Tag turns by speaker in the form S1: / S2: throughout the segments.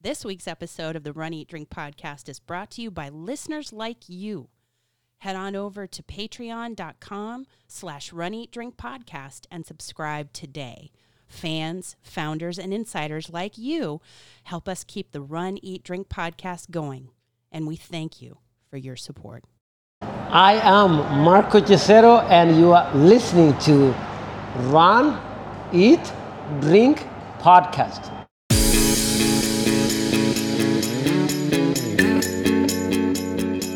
S1: This week's episode of the Run Eat Drink podcast is brought to you by listeners like you. Head on over to patreon.com slash run eat drink podcast and subscribe today. Fans, founders, and insiders like you help us keep the Run Eat Drink podcast going. And we thank you for your support.
S2: I am Marco Cesero, and you are listening to Run, Eat, Drink podcast.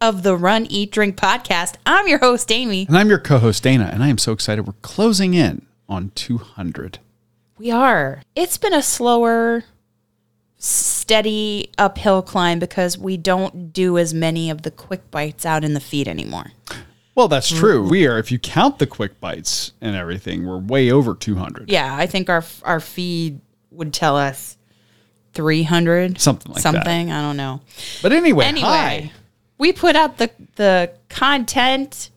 S3: of the Run, Eat, Drink podcast. I'm your host, Amy.
S4: And I'm your co host, Dana, and I am so excited. We're closing in on 200.
S3: We are. It's been a slower, steady uphill climb because we don't do as many of the quick bites out in the feed anymore.
S4: Well, that's true. We are, if you count the quick bites and everything, we're way over 200.
S3: Yeah, I think our our feed would tell us 300
S4: Something like that.
S3: something, I don't know.
S4: But anyway,
S3: anyway,
S4: hi.
S3: we put out the the content,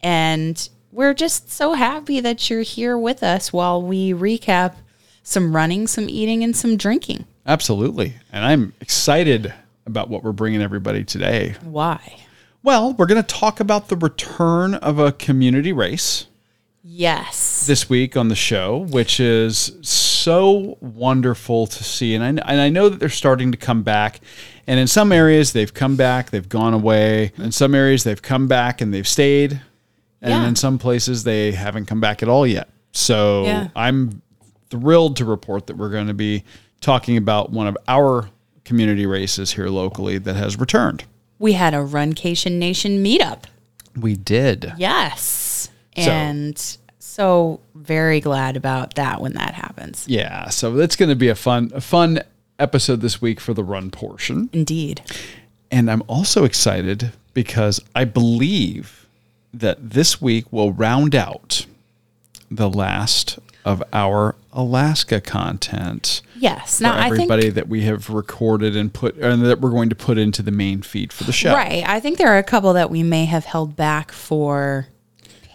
S3: and we're just so happy that you're here with us while we recap some running, some eating, and some drinking.
S4: Absolutely. And I'm excited about what we're bringing everybody today.
S3: Why?
S4: Well, we're going to talk about the return of a community race
S3: Yes.
S4: this week on the show, which is so wonderful to see. And I, and I know that they're starting to come back. And in some areas, they've come back, they've gone away. In some areas, they've come back and they've stayed. And
S3: Yeah.
S4: in some places, they haven't come back at all yet. So
S3: Yeah.
S4: I'm thrilled to report that we're going to be talking about one of our community races here locally that has returned.
S3: We had a Runcation Nation meetup.
S4: We did.
S3: Yes. And so, very glad about that when that happens.
S4: Yeah, so that's going to be a fun, a fun episode this week for the run portion.
S3: Indeed.
S4: And I'm also excited because I believe that this week will round out the last of our Alaska content
S3: Yes.
S4: for
S3: Now I think
S4: everybody that we have recorded and put and that we're going to put into the main feed for the show.
S3: Right. I think there are a couple that we may have held back for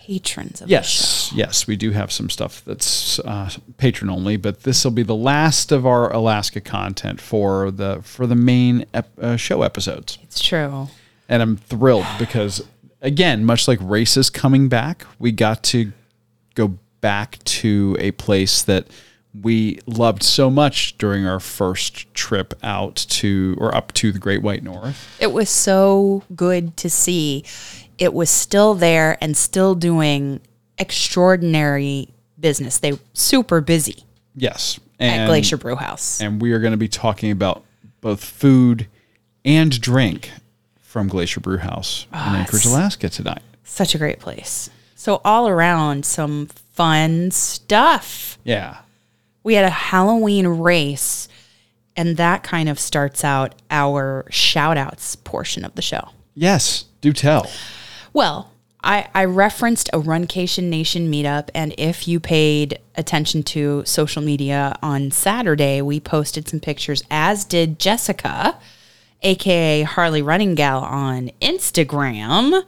S3: patrons of the show.
S4: Yes, yes, we do have some stuff that's uh, patron only, but this will be the last of our Alaska content for the for the main ep- uh, show episodes.
S3: It's true.
S4: and I'm thrilled because again, much like races coming back, we got to go back to a place that we loved so much during our first trip out to or up to the Great White North.
S3: It was so good to see. It was still there and still doing extraordinary business. They super busy
S4: Yes,
S3: at Glacier Brew House.
S4: and we are going to be talking about both food and drink from Glacier Brew House
S3: Oh,
S4: in Anchorage, Alaska tonight.
S3: Such a great place. So all around some fun stuff.
S4: Yeah,
S3: We had a Halloween race and that kind of starts out our shout outs portion of the show.
S4: yes, do tell.
S3: Well, I, I referenced a Runcation Nation meetup, and if you paid attention to social media on Saturday, we posted some pictures, as did Jessica, aka Harley Running Gal, on Instagram.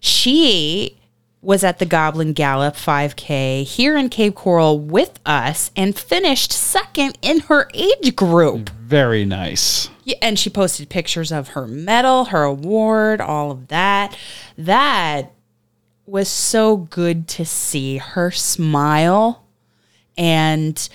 S3: She was at the Goblin Gallop 5K here in Cape Coral with us and finished second in her age group.
S4: Very nice.
S3: Yeah, and she posted pictures of her medal, her award, all of that. That was so good to see her smile and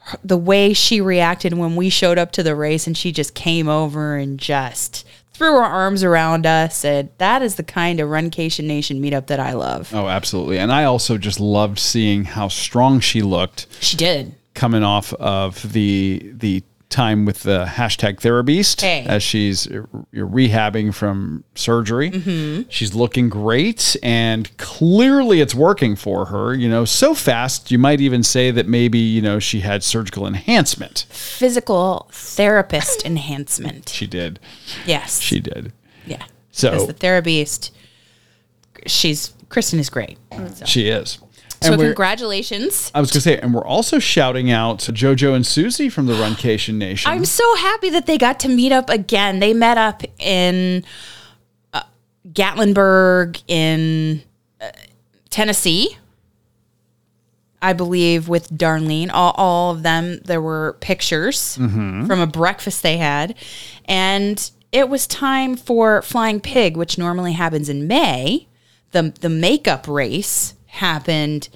S3: her- the way she reacted when we showed up to the race and she just came over and just threw her arms around us and that is the kind of runcation nation meetup that i love
S4: Oh, absolutely. And I also just loved seeing how strong she looked
S3: she did
S4: coming off of the the time with the hashtag therapist
S3: Hey.
S4: as she's uh, rehabbing from surgery.
S3: Mm-hmm.
S4: She's looking great and clearly it's working for her, you know, so fast you might even say that maybe, you know, she had surgical enhancement.
S3: Physical therapist enhancement.
S4: She did.
S3: Yes.
S4: She did.
S3: yeah.
S4: So-
S3: As the therapist, she's Kristen is great.
S4: She is.
S3: So
S4: we're-
S3: congratulations.
S4: I was going to say, and we're also shouting out JoJo and Susie from the Runcation Nation.
S3: I'm so happy that they got to meet up again. They met up in uh, Gatlinburg in uh, Tennessee, I believe, with Darlene. All, all of them, there were pictures from a breakfast they had. And it was time for Flying Pig, which normally happens in May. The, the makeup race happened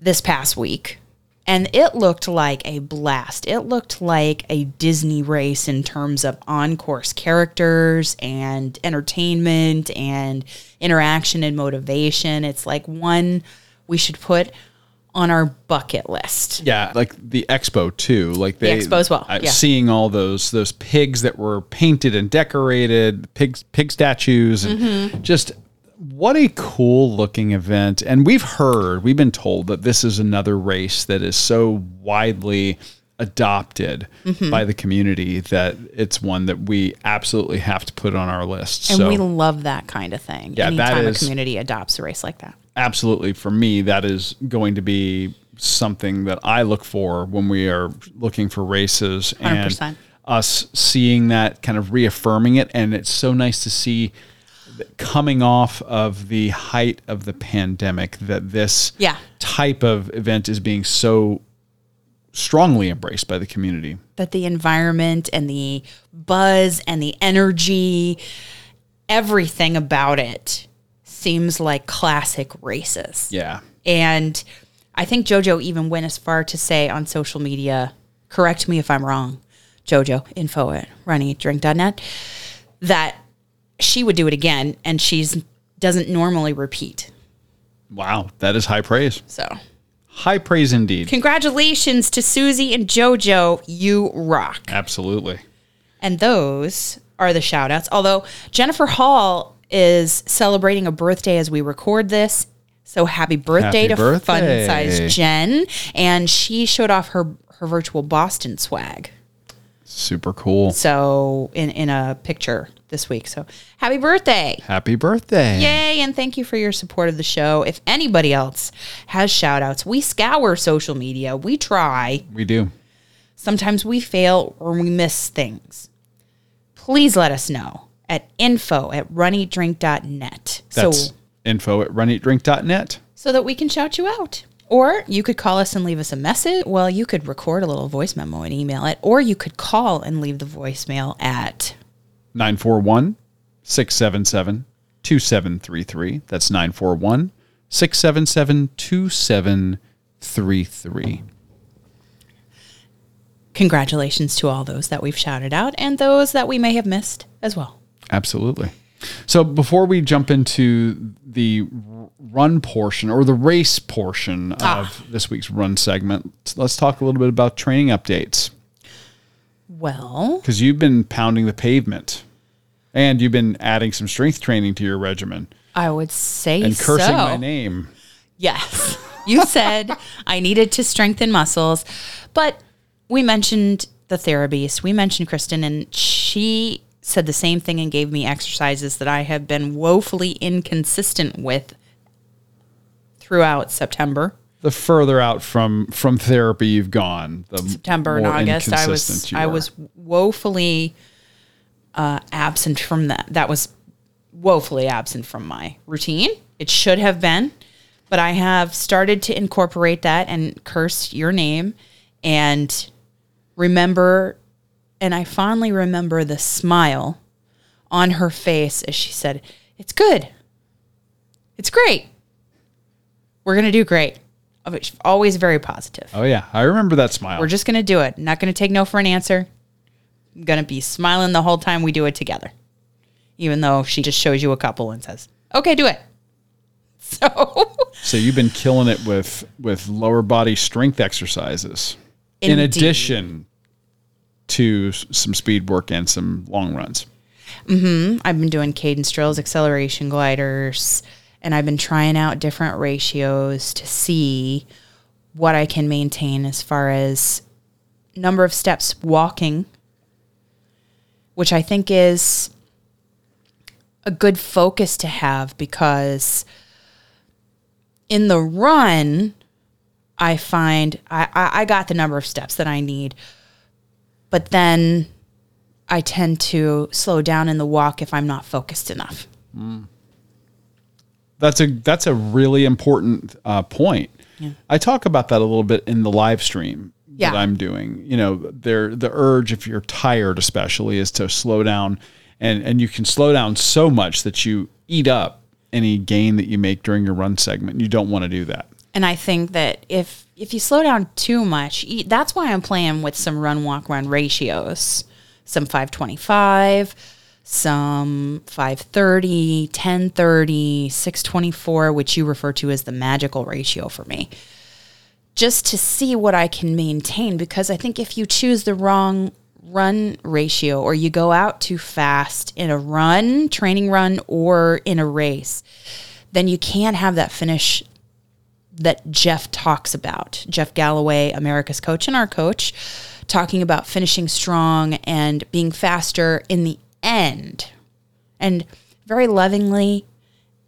S3: this past week and it looked like a blast. It looked like a Disney race in terms of on course characters and entertainment and interaction and motivation. It's like one we should put on our bucket list.
S4: Yeah, like the expo too. Like they,
S3: expo as well,
S4: I-
S3: yeah.
S4: Seeing all those those pigs that were painted and decorated, pigs pig statues, and
S3: Mm-hmm.
S4: just what a cool looking event. And we've heard, we've been told that this is another race that is so widely adopted
S3: Mm-hmm.
S4: by the community that it's one that we absolutely have to put on our list.
S3: And
S4: so
S3: we love that kind of thing.
S4: Yeah, that
S3: Anytime
S4: is-
S3: a community adopts a race like that.
S4: absolutely for me that is going to be something that I look for when we are looking for races and
S3: 100%.
S4: us seeing that kind of reaffirming it and it's so nice to see that coming off of the height of the pandemic that this
S3: Yeah.
S4: type of event is being so strongly embraced by the community.
S3: But the environment and the buzz and the energy, everything about it seems like classic races.
S4: Yeah.
S3: And I think JoJo even went as far to say on social media, correct me if I'm wrong, JoJo, info at runnydraink.net, that she would do it again and she's doesn't normally repeat.
S4: Wow, that is high praise.
S3: So
S4: High praise indeed.
S3: congratulations to Susie and JoJo. You rock.
S4: Absolutely.
S3: And those are the shout outs. Although Jennifer Hall is celebrating a birthday as we record this. So happy birthday
S4: Happy
S3: to fun
S4: birthday.
S3: size Jen. And she showed off her, her virtual Boston swag.
S4: Super cool.
S3: So in, in a picture this week. So happy birthday.
S4: Happy birthday.
S3: Yay, and thank you for your support of the show. If anybody else has shout outs, we scour social media. We try.
S4: We do.
S3: Sometimes we fail or we miss things. Please let us know at info at runneatdrink.net so,
S4: That's info at runeatdrink.net.
S3: so that we can shout you out. Or you could call us and leave us a message. Well, you could record a little voice memo and email it, or you could call and leave the voicemail at
S4: 941 677 2733. That's 941 677 2733.
S3: congratulations to all those that we've shouted out and those that we may have missed as well.
S4: Absolutely. So before we jump into the r- run portion or the race portion
S3: Ah.
S4: of this week's run segment, let's talk a little bit about training updates
S3: Well,
S4: because you've been pounding the pavement and you've been adding some strength training to your regimen
S3: I would say
S4: and cursing
S3: so.
S4: my name.
S3: Yes. You said I needed to strengthen muscles, but we mentioned the therapist. We mentioned Kristen, and she said the same thing and gave me exercises that I have been woefully inconsistent with throughout September.
S4: the further out from from therapy you've gone, the
S3: September and
S4: more
S3: August, I
S4: inconsistent
S3: was
S4: you
S3: I
S4: are.
S3: was woefully uh, absent from that. That was woefully absent from my routine. It should have been, but I have started to incorporate that and curse your name and remember. And I fondly remember the smile on her face as she said, "It's good. It's great. We're gonna do great." Always very positive.
S4: Oh yeah, I remember that smile.
S3: We're just going to do it. Not going to take no for an answer. I'm going to be smiling the whole time we do it together. Even though she just shows you a couple and says, "Okay, do it." So,
S4: so you've been killing it with with lower body strength exercises. In
S3: Indeed.
S4: addition to s- some speed work and some long runs.
S3: I've been doing cadence drills, acceleration gliders, and I've been trying out different ratios to see what I can maintain as far as number of steps walking, which I think is a good focus to have because in the run, I find I, I, I got the number of steps that I need, but then I tend to slow down in the walk if I'm not focused enough.
S4: That's a that's a really important uh, point. I talk about that a little bit in the live stream
S3: Yeah.
S4: that I'm doing. You know, there the urge if you're tired, especially, is to slow down, and and you can slow down so much that you eat up any gain that you make during your run segment. You don't want to do that.
S3: And I think that if if you slow down too much, e- that's why I'm playing with some run walk run ratios. Some 525, some 530, 1030, 624, which you refer to as the magical ratio for me. Just to see what I can maintain because I think if you choose the wrong run ratio or you go out too fast in a run, training run or in a race, then you can't have that finish that Jeff talks about. Jeff Galloway, America's coach and our coach, talking about finishing strong and being faster in the end. And very lovingly,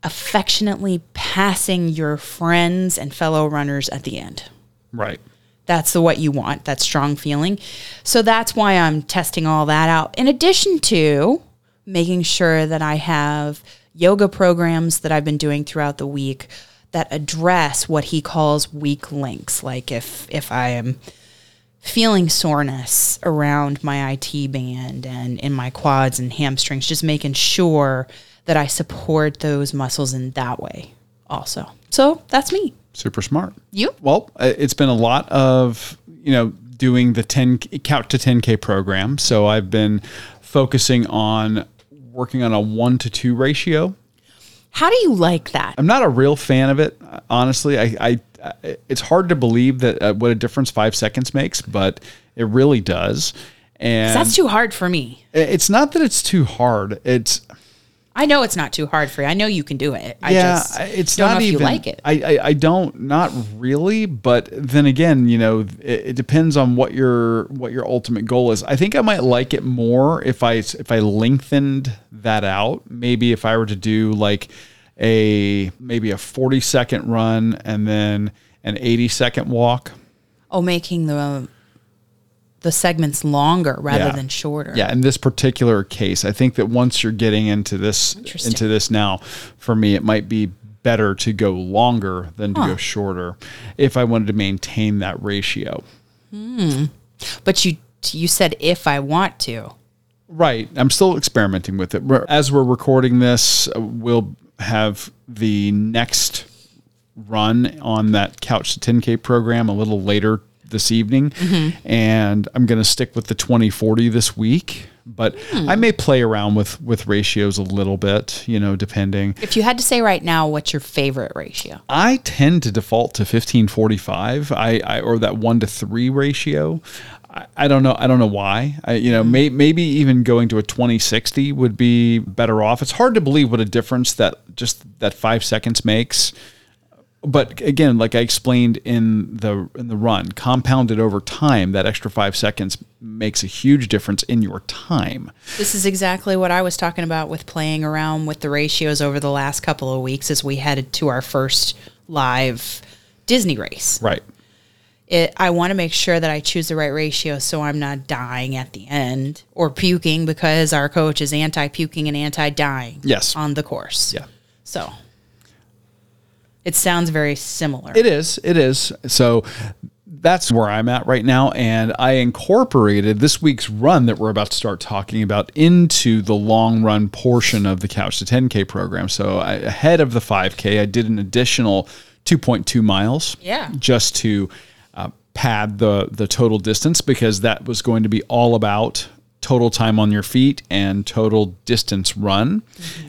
S3: affectionately passing your friends and fellow runners at the end.
S4: Right.
S3: That's the what you want, that strong feeling. So that's why I'm testing all that out. In addition to making sure that I have yoga programs that I've been doing throughout the week that address what he calls weak links, like if if I am feeling soreness around my IT band and in my quads and hamstrings, just making sure that I support those muscles in that way also. So that's me.
S4: Super smart.
S3: You?
S4: Well, uh, it's been a lot of, you know, doing the 10 K- count to 10K program. So I've been focusing on working on a one to two ratio.
S3: How do you like that?
S4: I'm not a real fan of it, uh, honestly. I, I, I it's hard to believe that uh, what a difference five seconds makes, but it really does. And
S3: That's too hard for me.
S4: it's not that it's too hard. It's
S3: I know it's not too hard for you. I know you can do it. I
S4: yeah,
S3: just
S4: I- it's
S3: don't
S4: not
S3: know if
S4: even.
S3: you like it.
S4: I, I I don't not really, but then again, you know, it, it depends on what your what your ultimate goal is. I think I might like it more if I s- if I lengthened that out. Maybe if I were to do like a maybe a forty second run and then an eighty second walk.
S3: oh, making the the segments longer rather
S4: Yeah.
S3: than shorter.
S4: Yeah, in this particular case, I think that once you're getting into this
S3: Interesting.
S4: into this now, for me, it might be better to go longer than to go shorter if I wanted to maintain that ratio.
S3: But you you said if I want to.
S4: Right. I'm still experimenting with it. We're- As we're recording this, uh, we'll have the next run on that Couch to 10K program a little later this evening. And I'm going to stick with the 2040 this week, but I may play around with, with ratios a little bit, you know, depending.
S3: If you had to say right now what's your favorite ratio?
S4: I tend to default to 1545 I, I or that 1 to 3 ratio. I, I don't know I don't know why. I, you know may, maybe even going to a 2060 would be better off. It's hard to believe what a difference that just that 5 seconds makes. But again, like I explained in the in the run, compounded over time, that extra 5 seconds makes a huge difference in your time.
S3: This is exactly what I was talking about with playing around with the ratios over the last couple of weeks as we headed to our first live Disney race.
S4: Right.
S3: it, I want to make sure that I choose the right ratio so I'm not dying at the end or puking because our coach is anti puking and anti dying.
S4: Yes.
S3: On the course.
S4: Yeah.
S3: So it sounds very similar.
S4: It is. It is. So that's where I'm at right now. And I incorporated this week's run that we're about to start talking about into the long run portion of the Couch to 10K program. So I, ahead of the 5K, I did an additional 2.2 miles.
S3: Yeah.
S4: Just to uh, pad the, the total distance because that was going to be all about total time on your feet and total distance run.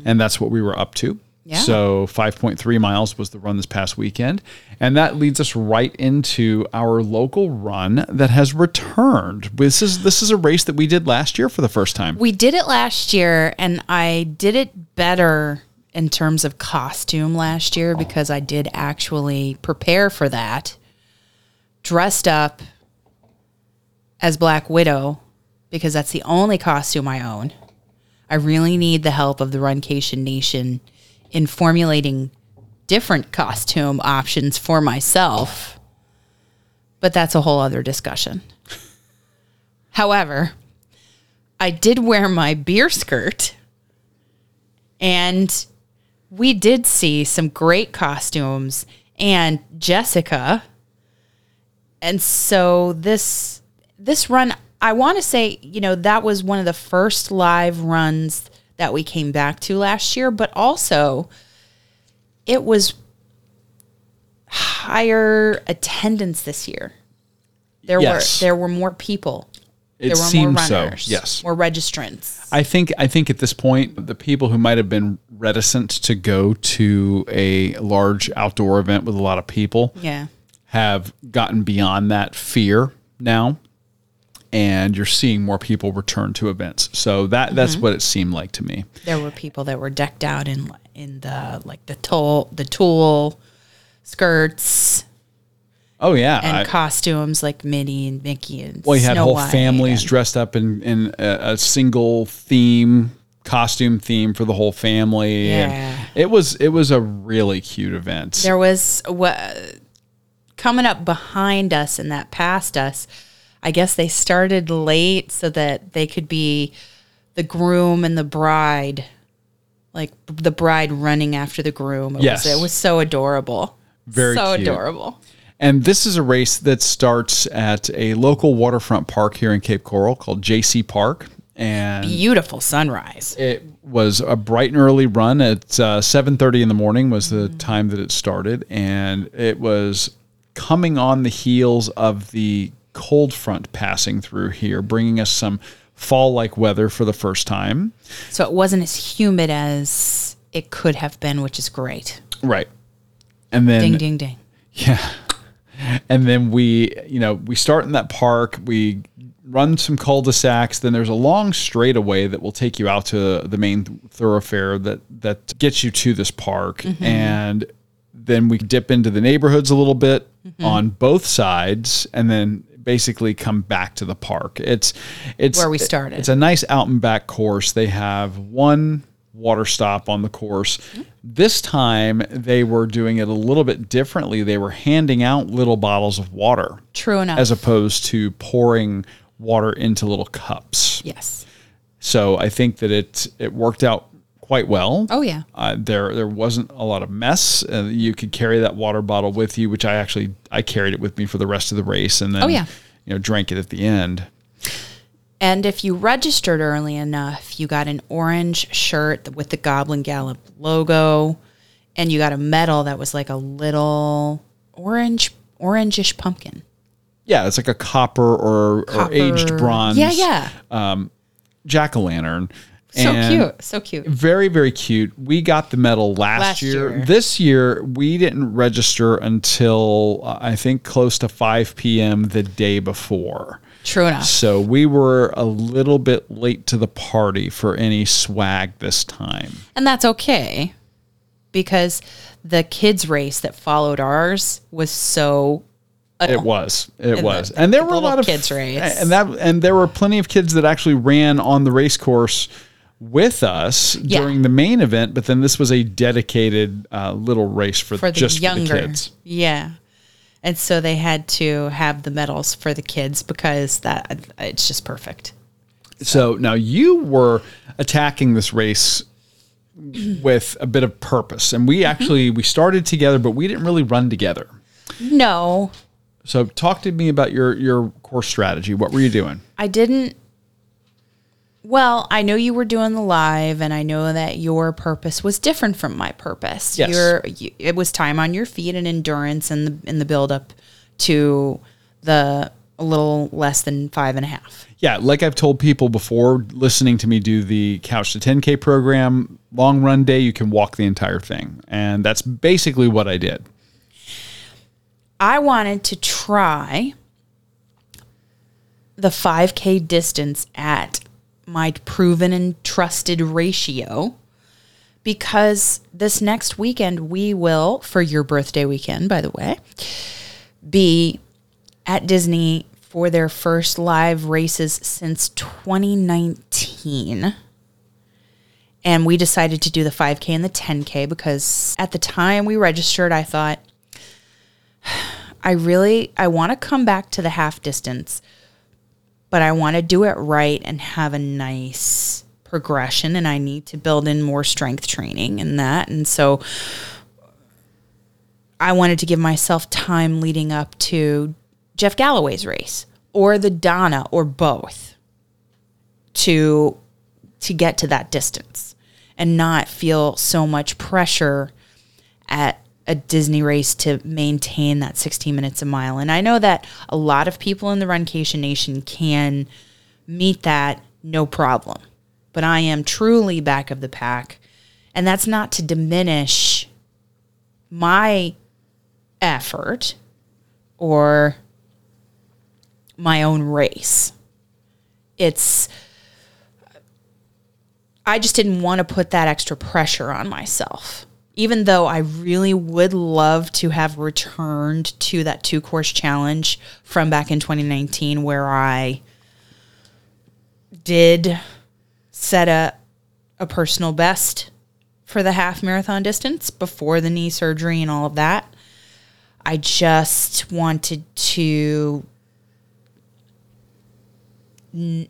S4: And that's what we were up to.
S3: Mm-hmm. Yeah.
S4: So 5.3 miles was the run this past weekend. And that leads us right into our local run that has returned. This is this is a race that we did last year for the first time.
S3: We did it last year, and I did it better in terms of costume last year because I did actually prepare for that. Dressed up as Black Widow because that's the only costume I own. I really need the help of the Runcation Nation in formulating different costume options for myself. But that's a whole other discussion. However, I did wear my beer skirt. And we did see some great costumes and Jessica. And so this this run I want to say, you know, that was one of the first live runs that we came back to last year, but also it was higher attendance this year. There
S4: Yes.
S3: were there were more people
S4: It
S3: there were
S4: seemed
S3: more
S4: so.
S3: runners,
S4: Yes.
S3: more registrants.
S4: I think I think at this point the people who might have been reticent to go to a large outdoor event with a lot of people
S3: Yeah,
S4: have gotten beyond that fear now and you're seeing more people return to events. So that that's
S3: Mm-hmm.
S4: what it seemed like to me.
S3: there were people that were decked out in in the like the tool the tulle skirts
S4: Oh yeah.
S3: and
S4: I-
S3: costumes like Minnie and Mickey and
S4: Well, you had
S3: Snow
S4: whole
S3: White
S4: families
S3: and-
S4: dressed up in, in a, a single theme costume theme for the whole family.
S3: Yeah.
S4: And it was it was a really cute event.
S3: There was what coming up behind us and that passed us. I guess they started late so that they could be the groom and the bride, like the bride running after the groom. It
S4: Yes.
S3: was, it was so adorable.
S4: Very
S3: so
S4: cute.
S3: adorable.
S4: and this is a race that starts at a local waterfront park here in Cape Coral called JC Park. And
S3: Beautiful sunrise.
S4: it was a bright and early run at uh, 7.30 in the morning was the
S3: Mm-hmm.
S4: time that it started and it was coming on the heels of the cold front passing through here bringing us some fall like weather for the first time
S3: So it wasn't as humid as it could have been, which is great.
S4: right and then
S3: Ding, ding, ding.
S4: Yeah. And then we, you know, we start in that park, we run some cul-de-sacs, then there's a long straightaway that will take you out to the main thoroughfare that that gets you to this park
S3: Mm-hmm.
S4: and then we dip into the neighborhoods a little bit
S3: Mm-hmm.
S4: on both sides and then basically come back to the park. It's it's
S3: Where we started.
S4: It's a nice out and back course. They have one water stop on the course. This time they were doing it a little bit differently. They were handing out little bottles of water
S3: True enough.
S4: as opposed to pouring water into little cups.
S3: yes.
S4: So I think that it it worked out quite well.
S3: Oh, yeah.
S4: Uh, there there wasn't a lot of mess. Uh, you could carry that water bottle with you, which I actually I carried it with me for the rest of the race and then
S3: Oh, yeah.
S4: you know drank it at the end.
S3: And if you registered early enough, you got an orange shirt with the Goblin Gallop logo, and you got a medal that was like a little orange, orangish pumpkin.
S4: Yeah, it's like a copper or, or aged
S3: Copper.
S4: bronze.
S3: Yeah, yeah.
S4: jack o' lantern.
S3: So cute. So cute.
S4: Very, very cute. We got the medal last,
S3: Last
S4: year.
S3: year.
S4: This year, we didn't register until uh, I think close to 5 p.m. the day before.
S3: True enough.
S4: So we were a little bit late to the party for any swag this time.
S3: And that's okay because the kids' race that followed ours was so
S4: It was. It
S3: the-
S4: was. and there
S3: the
S4: were a lot
S3: little
S4: of
S3: kids race.
S4: And that and there were plenty of kids that actually ran on the race course with us
S3: Yeah.
S4: during the main event, but then this was a dedicated uh, little race for,
S3: for the
S4: just
S3: younger.
S4: for the kids.
S3: Yeah. And so they had to have the medals for the kids because that it's just perfect.
S4: So now you were attacking this race with a bit of purpose. And
S3: Mm-hmm.
S4: we actually we started together, but we didn't really run together.
S3: No,
S4: So talk to me about your your course strategy. What were you doing?
S3: I didn't. Well, I know you were doing the live, and I know that your purpose was different from my purpose.
S4: Yes.
S3: Your you, it was time on your feet and endurance, and the in the build up to the a little less than five and a half.
S4: Yeah, like I've told people before, listening to me do the Couch to 10K program, long run day, you can walk the entire thing. And that's basically what I did.
S3: I wanted to try the 5K distance at my proven and trusted ratio because this next weekend we will, for your birthday weekend, by the way, be at Disney for their first live races since 2019. And we decided to do the 5K and the 10K because at the time we registered, I thought, I really I want to come back to the half distance, but I want to do it right and have a nice progression and I need to build in more strength training and that. And so I wanted to give myself time leading up to Jeff Galloway's race or the Donna or both to to get to that distance and not feel so much pressure at a Disney race to maintain that 16 minutes a mile. And I know that a lot of people in the Runcation Nation can meet that no problem. But I am truly back of the pack. And that's not to diminish my effort or my own race. It's I just didn't want to put that extra pressure on myself. Even though I really would love to have returned to that two course challenge from back in 2019 where I did set a a personal best for the half marathon distance before the knee surgery and all of that. I just wanted to n-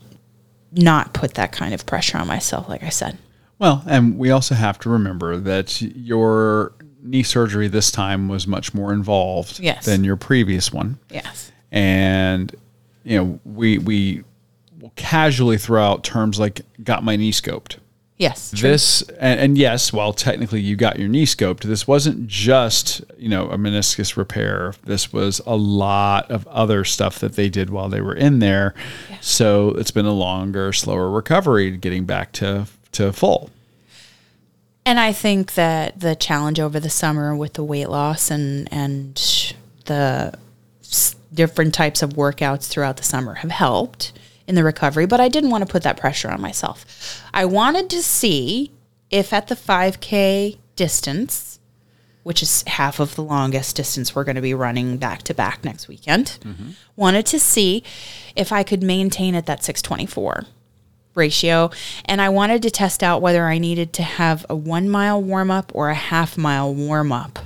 S3: not put that kind of pressure on myself, like I said.
S4: Well, and we also have to remember that your knee surgery this time was much more involved
S3: Yes.
S4: than your previous one.
S3: Yes.
S4: And you know, we we will casually throw out terms like got my knee scoped.
S3: Yes.
S4: This and, and yes, while technically you got your knee scoped, this wasn't just you know a meniscus repair. This was a lot of other stuff that they did while they were in there. So it's been a longer, slower recovery getting back to to full.
S3: And I think that the challenge over the summer with the weight loss and and the s- different types of workouts throughout the summer have helped in the recovery, but I didn't want to put that pressure on myself. I wanted to see if at the 5K distance, which is half of the longest distance we're going to be running back to back next weekend, wanted to see if I could maintain at that 624 ratio. And I wanted to test out whether I needed to have a one mile warm up or a half mile warm up.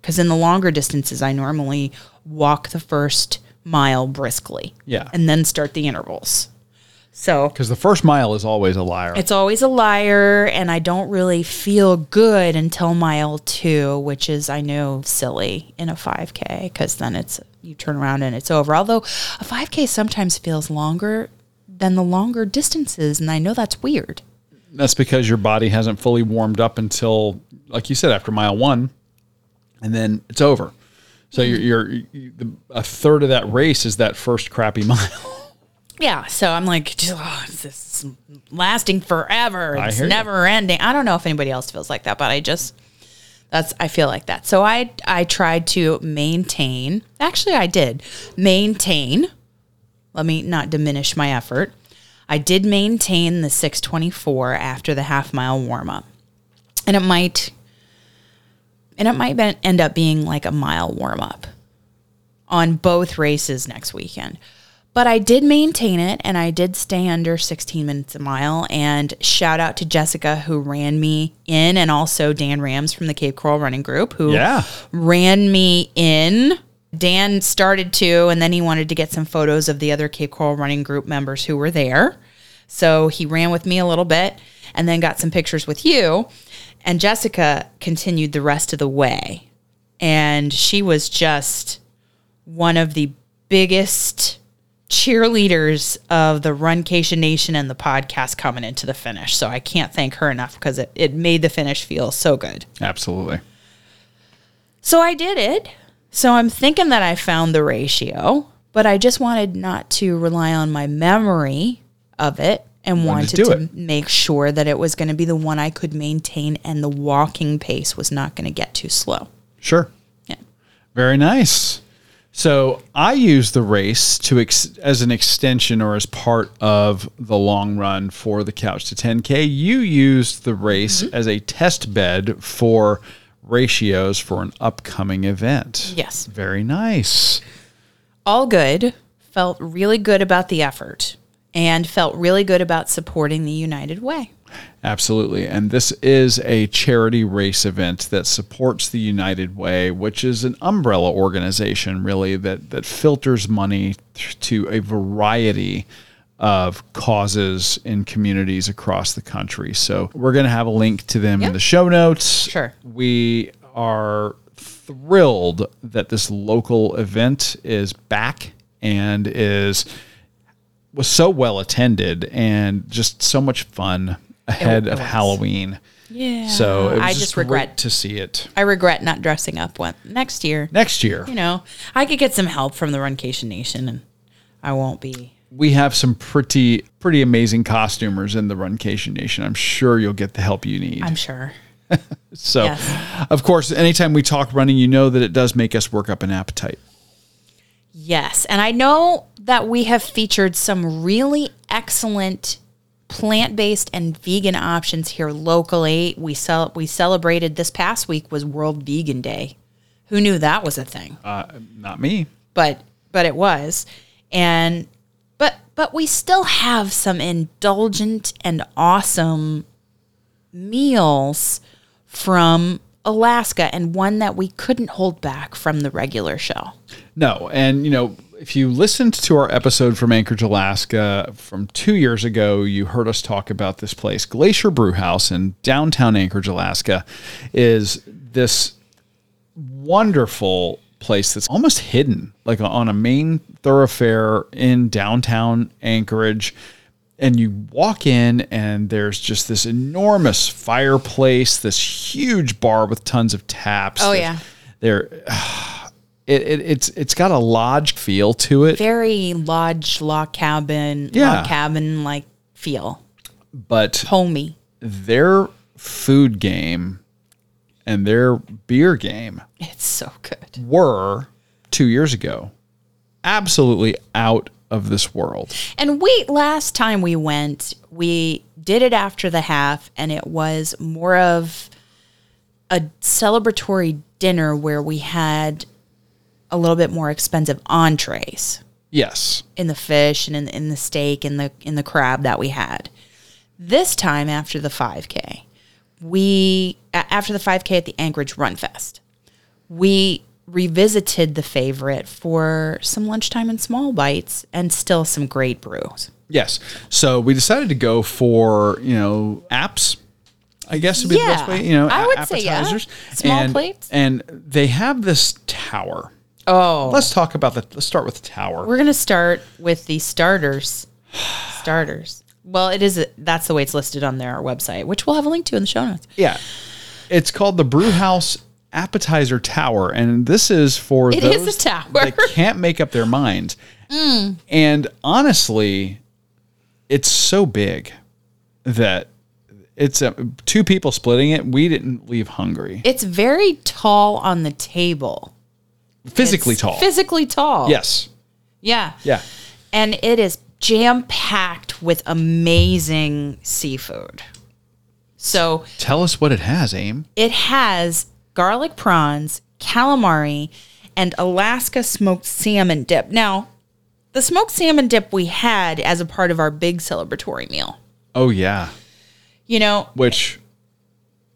S3: Because in the longer distances, I normally walk the first mile briskly.
S4: Yeah.
S3: And then start the intervals. So
S4: Because the first mile is always a liar.
S3: it's always a liar, and I don't really feel good until mile two, which is I know silly in a 5K because then it's you turn around and it's over. Although a 5K sometimes feels longer than the longer distances, and I know that's weird.
S4: That's because your body hasn't fully warmed up until, like you said, after mile one, and then it's over. So you're, you're you, the, a third of that race is that first crappy mile.
S3: Yeah, so I'm like, just, oh, is this is lasting forever.
S4: I
S3: It's
S4: hear you.
S3: never ending. I don't know if anybody else feels like that, but I just that's I feel like that. So I I tried to maintain. Actually, I did maintain. Let me not diminish my effort. I did maintain the 624 after the half mile warm up, and it might and it might be- end up being like a mile warm up on both races next weekend. But I did maintain it and I did stay under 16 minutes a mile. And shout out to Jessica who ran me in and also Dan Rams from the Cape Coral Running Group who
S4: Yeah.
S3: ran me in. Dan started to, and then he wanted to get some photos of the other Cape Coral Running Group members who were there. So he ran with me a little bit and then got some pictures with you. And Jessica continued the rest of the way. And she was just one of the biggest cheerleaders of the Runcation Nation and the podcast coming into the finish. So I can't thank her enough because it, it made the finish feel so good.
S4: Absolutely.
S3: So I did it. So I'm thinking that I found the ratio, But I just wanted not to rely on my memory of it and
S4: Wanted
S3: wanted
S4: to
S3: to,
S4: do it.
S3: make sure that it was going to be the one I could maintain and the walking pace was not going to get too slow.
S4: Sure.
S3: Yeah.
S4: Very nice. So I use the race to ex- as an extension or as part of the long run for the couch to 10k. You used the race
S3: Mm-hmm.
S4: as a test bed for ratios for an upcoming event.
S3: Yes.
S4: Very nice.
S3: all good. Felt really good about the effort and felt really good about supporting the United Way.
S4: Absolutely. And this is a charity race event that supports the United Way, which is an umbrella organization really that that filters money th- to a variety of causes in communities across the country. So we're going to have a link to them in the show notes.
S3: Sure.
S4: We are thrilled that this local event is back and is was so well attended and just so much fun ahead of Halloween.
S3: Yeah.
S4: So it was
S3: I
S4: just,
S3: just regret-
S4: great to see it
S3: I regret not dressing up one next year.
S4: next year.
S3: You know, I could get some help from the Runcation Nation and I won't be.
S4: We have some pretty pretty amazing costumers in the Runcation Nation. I'm sure you'll get the help you need.
S3: I'm sure.
S4: so,
S3: yes.
S4: of course, anytime we talk running, you know that it does make us work up an appetite.
S3: Yes. And I know that we have featured some really excellent plant based and vegan options here locally. We cel- we celebrated this past week was World Vegan Day. Who knew that was a thing?
S4: Not me.
S3: but but it was and but but we still have some indulgent and awesome meals from Alaska and one that we couldn't hold back from the regular show.
S4: No, and you know, if you listened to our episode from Anchorage, Alaska, from two years ago, you heard us talk about this place, Glacier Brew House in downtown Anchorage, Alaska, is this wonderful place that's almost hidden, like on a main thoroughfare in downtown Anchorage. And you walk in, and there's just this enormous fireplace, this huge bar with tons of taps.
S3: Oh,
S4: There's-
S3: yeah.
S4: There, it, it, it's it's got a lodge feel to it,
S3: Very lodge log cabin
S4: Yeah.
S3: log cabin like feel.
S4: but
S3: Homey.
S4: their food game and their beer game
S3: It's so good.
S4: were two years ago absolutely out of this world.
S3: And we last time we went, we did it after the half, and it was more of a celebratory dinner where we had a little bit more expensive entrees
S4: Yes,
S3: in the fish and in, in the steak and the in the crab that we had. This time after the 5K, we a- after the 5K at the Anchorage Run Fest, we revisited the favorite for some lunchtime and small bites and still some great brews.
S4: yes. So we decided to go for you know apps. I guess would be the best
S3: Yeah,
S4: way. You know,
S3: I
S4: a-
S3: would say, yeah. Small
S4: and,
S3: plates.
S4: and they have this tower.
S3: Oh,
S4: Let's talk about the. Let's start with the tower.
S3: we're gonna start with the starters. starters. Well, it is that's the way it's listed on their website, which we'll have a link to in the show notes.
S4: Yeah. It's called the Brew House Appetizer Tower. And this is for
S3: It
S4: those
S3: is a tower. Mm.
S4: that can't make up their mind. And honestly, it's so big that it's uh two people splitting it. We didn't leave hungry.
S3: It's very tall on the table.
S4: Physically
S3: It's
S4: tall.
S3: Physically tall.
S4: yes.
S3: Yeah.
S4: Yeah.
S3: And it is jam packed with amazing seafood. So
S4: Tell us what it has, Aim.
S3: it has garlic prawns, calamari, and Alaska smoked salmon dip. Now, the smoked salmon dip we had as a part of our big celebratory meal.
S4: Oh, yeah.
S3: You know,
S4: Which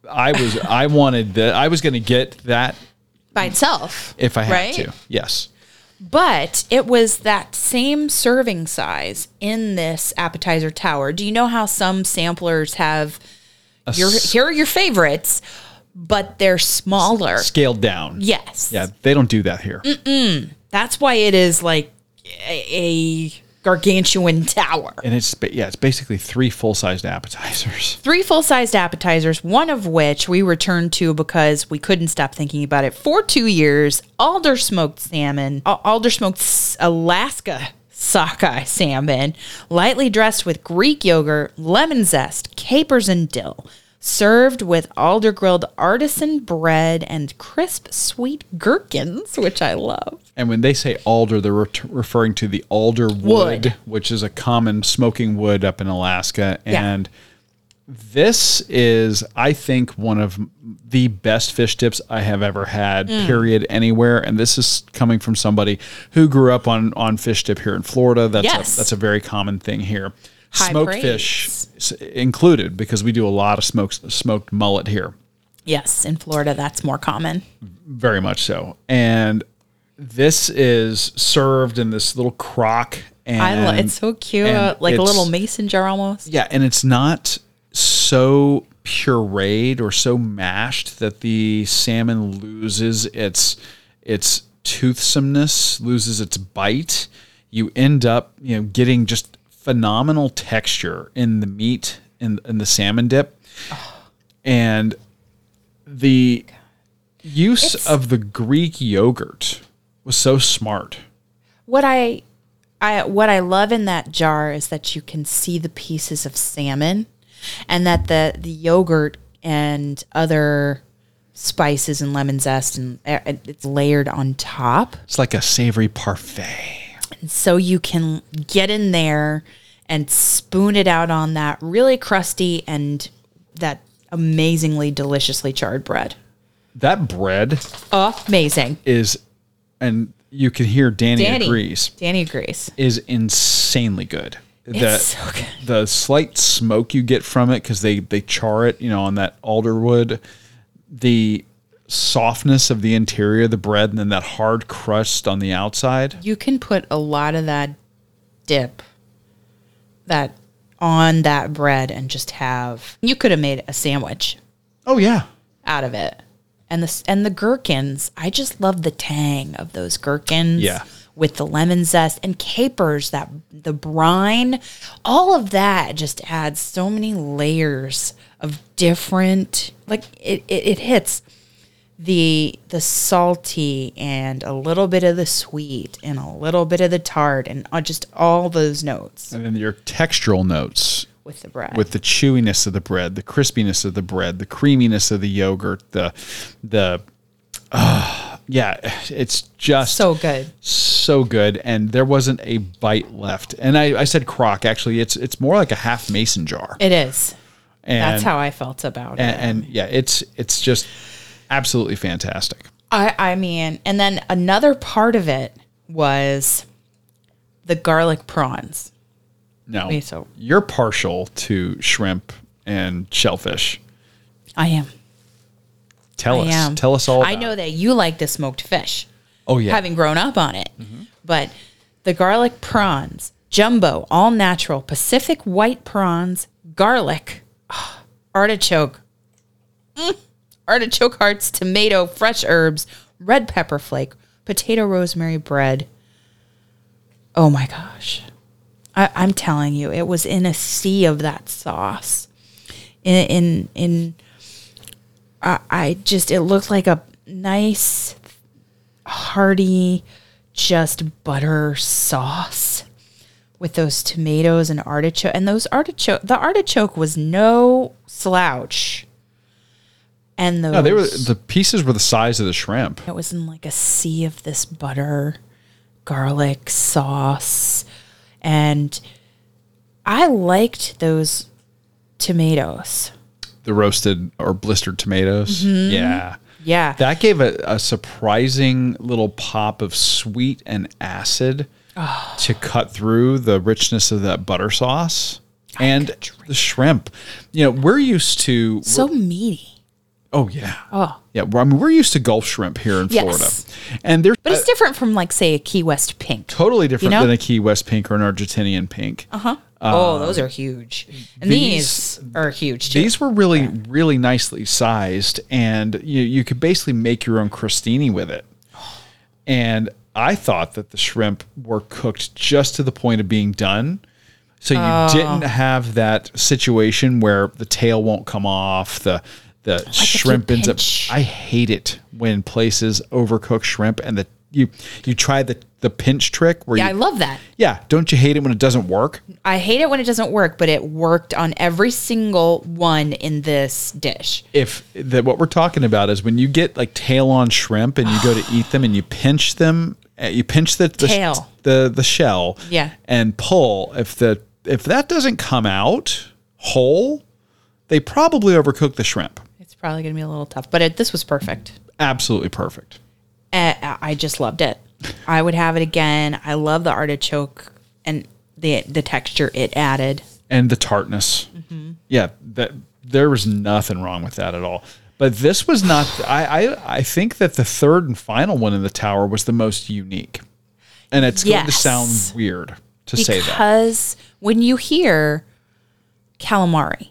S4: I was, I wanted that. I was going to get that
S3: by itself.
S4: if I had
S3: right?
S4: to. Yes.
S3: But it was that same serving size in this appetizer tower. Do you know how some samplers have your here are your favorites, but they're smaller?
S4: Scaled down.
S3: Yes.
S4: Yeah. They don't do that here.
S3: That's why it is like a, a gargantuan tower.
S4: and it's ba- yeah, it's basically three full sized appetizers.
S3: Three full sized appetizers, one of which we returned to because we couldn't stop thinking about it for two years. Alder smoked salmon, Al- alder smoked s- Alaska sockeye salmon, lightly dressed with Greek yogurt, lemon zest, capers, and dill, served with alder grilled artisan bread and crisp sweet gherkins, which I love.
S4: And when they say alder, they're ret- referring to the alder wood,
S3: Wood.
S4: which is a common smoking wood up in Alaska.
S3: Yeah.
S4: And this is, I think, one of the best fish tips I have ever had,
S3: Mm.
S4: period, anywhere. And this is coming from somebody who grew up on, on fish dip here in Florida. That's,
S3: Yes.
S4: a, that's a very common thing here.
S3: High
S4: smoked
S3: praise.
S4: fish s- included, because we do a lot of smoked, smoked mullet here.
S3: Yes, in Florida, that's more common.
S4: very much so. And this is served in this little crock, and
S3: I love it's so cute,
S4: and
S3: like a
S4: it's-
S3: little mason jar almost.
S4: yeah, and it's not so pureed or so mashed that the salmon loses its its toothsomeness, loses its bite. You end up, you know, getting just phenomenal texture in the meat in in the salmon dip. And the use of the Greek yogurt was so smart.
S3: what I, I what I love in that jar is that you can see the pieces of salmon, and that the the yogurt and other spices and lemon zest and uh, it's layered on top,
S4: It's like a savory parfait.
S3: so you can get in there and spoon it out on that really crusty and that amazingly deliciously charred bread.
S4: That bread
S3: Amazing,
S4: is, and you can hear Danny,
S3: Danny
S4: agrees,
S3: Danny agrees.
S4: is insanely good. It's
S3: so good.
S4: The slight smoke you get from it because they they char it, you know, on that alder wood, the softness of the interior of the bread, and then that hard crust on the outside.
S3: you can put a lot of that dip that on that bread and just have you could have made a sandwich
S4: Oh yeah,
S3: out of it and the s- and the gherkins i just love the tang of those gherkins
S4: Yeah.
S3: with the lemon zest and capers that the brine all of that just adds so many layers of different like it, it, it hits the the salty and a little bit of the sweet and a little bit of the tart and uh, just all those notes
S4: and then your textural notes
S3: with the bread
S4: with the chewiness of the bread, the crispiness of the bread, the creaminess of the yogurt, the the. ah, yeah, it's just
S3: so good
S4: so good and there wasn't a bite left and i, I said crock actually it's it's more like a half mason jar
S3: it is
S4: and
S3: that's how i felt about it
S4: and, and yeah it's it's just absolutely fantastic
S3: I I mean, and then another part of it was the garlic prawns.
S4: no
S3: Me so.
S4: you're partial to shrimp and shellfish
S3: I am.
S4: tell
S3: I
S4: us
S3: am.
S4: tell us all
S3: I
S4: about
S3: know
S4: it.
S3: that you like the smoked fish.
S4: oh yeah Mm-hmm.
S3: having grown up on it. But the garlic prawns, jumbo, all natural, Pacific white prawns, garlic, ah, artichoke, mm, artichoke hearts, tomato, fresh herbs, red pepper flake, potato rosemary bread. Oh my gosh. I, I'm telling you, it was in a sea of that sauce. In, in, in, I, I just, it looked like a nice hearty, just butter sauce with those tomatoes and artichoke. And those artichoke, the artichoke was no slouch. And those,
S4: no, they were the pieces were the size of the shrimp
S3: it was in like a sea of this butter, garlic sauce. And I liked those tomatoes.
S4: the roasted or blistered tomatoes yeah
S3: Mm-hmm. Yeah.
S4: that gave a, a surprising little pop of sweet and acid to cut through the richness of that butter sauce and the shrimp. You know, we're used to
S3: so meaty.
S4: oh yeah. Oh. Yeah, well, I mean we're used to Gulf shrimp here in
S3: Yes.
S4: Florida. And they're
S3: But it's different from like say a Key West pink.
S4: totally different
S3: know?
S4: than a Key West pink or an Argentinian pink.
S3: oh, those are huge. And
S4: these-
S3: these, are huge too.
S4: These were really really nicely sized and you you could basically make your own crostini with it. And I thought that the shrimp were cooked just to the point of being done. So you
S3: Oh.
S4: didn't have that situation where the tail won't come off, the the shrimp ends up
S3: pinch.
S4: I hate it when places overcook shrimp and the you you try the the pinch trick where
S3: Yeah,
S4: you
S3: I love that.
S4: Yeah, don't you hate it when it doesn't work?
S3: I hate it when it doesn't work, but it worked on every single one in this dish.
S4: if that what we're talking about is when you get like tail on shrimp and you go to eat them and you pinch them uh, you pinch the the,
S3: Tail.
S4: the the shell
S3: Yeah.
S4: and pull if the if that doesn't come out whole they probably overcook the shrimp
S3: It's probably going to be a little tough, but it, this was perfect.
S4: absolutely perfect
S3: Uh, I just loved it. I would have it again. I love the artichoke and the the texture it added.
S4: and the tartness
S3: Mm-hmm.
S4: yeah that there was nothing wrong with that at all but this was not I, I i think that the third and final one in the tower was the most unique and it's going to
S3: Yes.
S4: sound weird to say that
S3: Because when you hear calamari,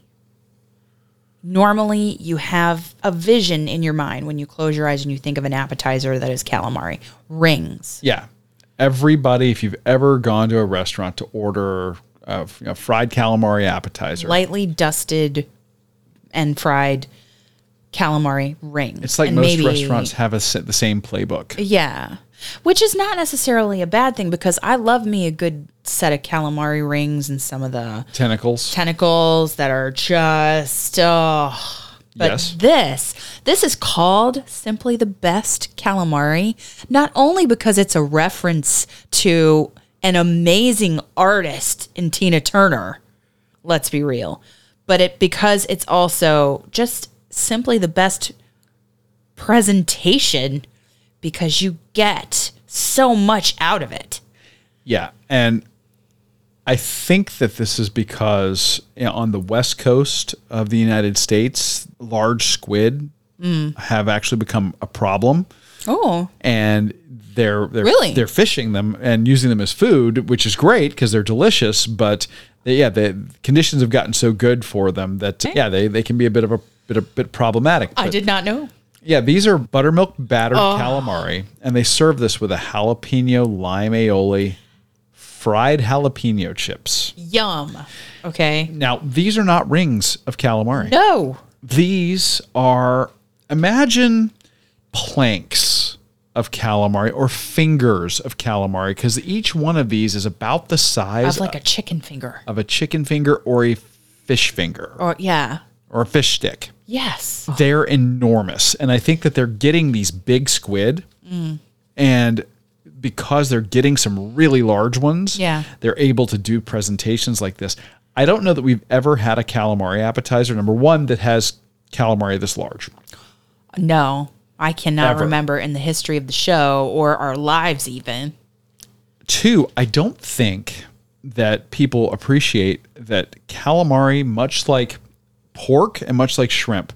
S3: normally you have a vision in your mind when you close your eyes and you think of an appetizer that is calamari. Rings.
S4: Yeah. Everybody, if you've ever gone to a restaurant to order a you know, fried calamari appetizer,
S3: Lightly dusted and fried calamari rings.
S4: it's like
S3: And
S4: most
S3: maybe-
S4: restaurants have a, s- the same playbook.
S3: Yeah. Which is not necessarily a bad thing because I love me a good set of calamari rings and some of the
S4: Tentacles.
S3: tentacles that are just oh but
S4: Yes.
S3: this this is called simply the best calamari not only because it's a reference to an amazing artist in Tina Turner let's be real but it because it's also just simply the best presentation because you get so much out of it
S4: yeah. And I think that this is because you know, on the west coast of the United States, large squid
S3: Mm.
S4: have actually become a problem.
S3: oh
S4: and they're they're
S3: Really?
S4: they're fishing them and using them as food, which is great because they're delicious. But they, yeah, the conditions have gotten so good for them that yeah, they, they can be a bit of a bit a bit problematic.
S3: I
S4: But,
S3: did Oh. not know
S4: Yeah, these are buttermilk battered calamari, and they serve this with a jalapeno lime aioli, fried jalapeno chips.
S3: yum okay
S4: Now these are not rings of calamari.
S3: no
S4: these are imagine planks of calamari or fingers of calamari because each one of these is uh, about the size
S3: of like a chicken finger.
S4: of a chicken finger or a fish finger
S3: Or yeah.
S4: or a fish stick.
S3: Yes.
S4: They're enormous. And I think that they're getting these big squid.
S3: Mm.
S4: And because they're getting some really large ones,
S3: Yeah.
S4: they're able to do presentations like this. I don't know that we've ever had a calamari appetizer, number one, that has calamari this large.
S3: No, I cannot
S4: Ever.
S3: remember in the history of the show or our lives even.
S4: Two, I don't think that people appreciate that calamari, much like pork and much like shrimp,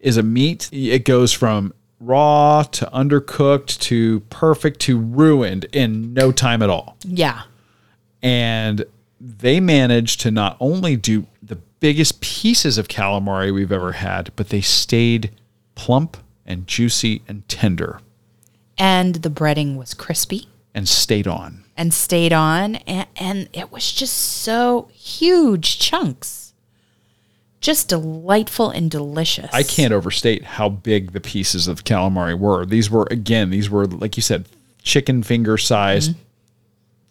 S4: is a meat. It goes from raw to undercooked to perfect to ruined in no time at all.
S3: Yeah.
S4: And they managed to not only do the biggest pieces of calamari we've ever had, but they stayed plump and juicy and tender
S3: And the breading was crispy
S4: and stayed on.
S3: and stayed on and, and it was just so huge chunks. Just delightful and delicious.
S4: I can't overstate how big the pieces of calamari were. These were again, these were like you said, chicken finger sized
S3: Mm-hmm.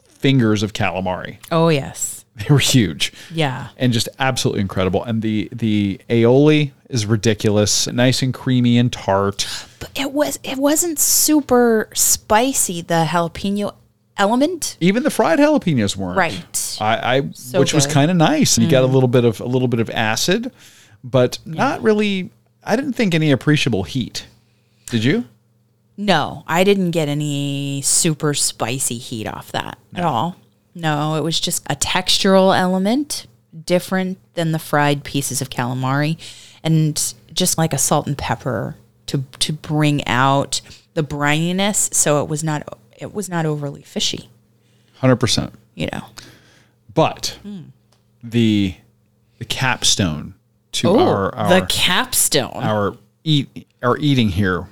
S4: fingers of calamari.
S3: Oh yes.
S4: They were huge.
S3: Yeah.
S4: And just absolutely incredible. And the the aioli is ridiculous, nice and creamy and tart.
S3: But it was it wasn't super spicy the jalapeno element.
S4: Even the fried jalapenos weren't
S3: Right.
S4: I, I which was
S3: good. Mm.
S4: kind of nice. You got a little bit of a little bit of acid, but not really. I didn't think any appreciable heat. Did you?
S3: No, I didn't get any super spicy heat off that at all. No, it was just a textural element different than the fried pieces of calamari and just like a salt and pepper to to bring out the brininess so it was not it was not overly fishy,
S4: Hundred percent.
S3: you know.
S4: but the the capstone to our our
S3: Oh, the capstone.
S4: our eat our eating here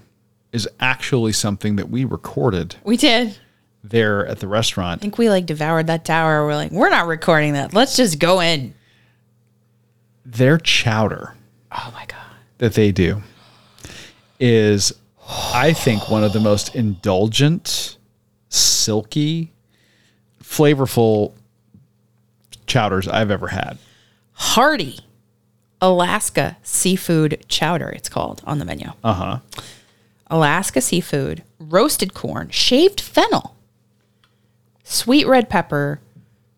S4: is actually something that we recorded
S3: we did.
S5: there at the restaurant.
S3: think we like devoured that tower. We're like, we're not recording that. Let's just go in.
S5: Their chowder
S3: Oh my god.
S5: that they do is, I think, one of the most indulgent, silky, flavorful chowders I've ever had.
S3: Hardy Alaska seafood chowder, it's called on the menu. Uh huh. Alaska seafood, roasted corn, shaved fennel, sweet red pepper,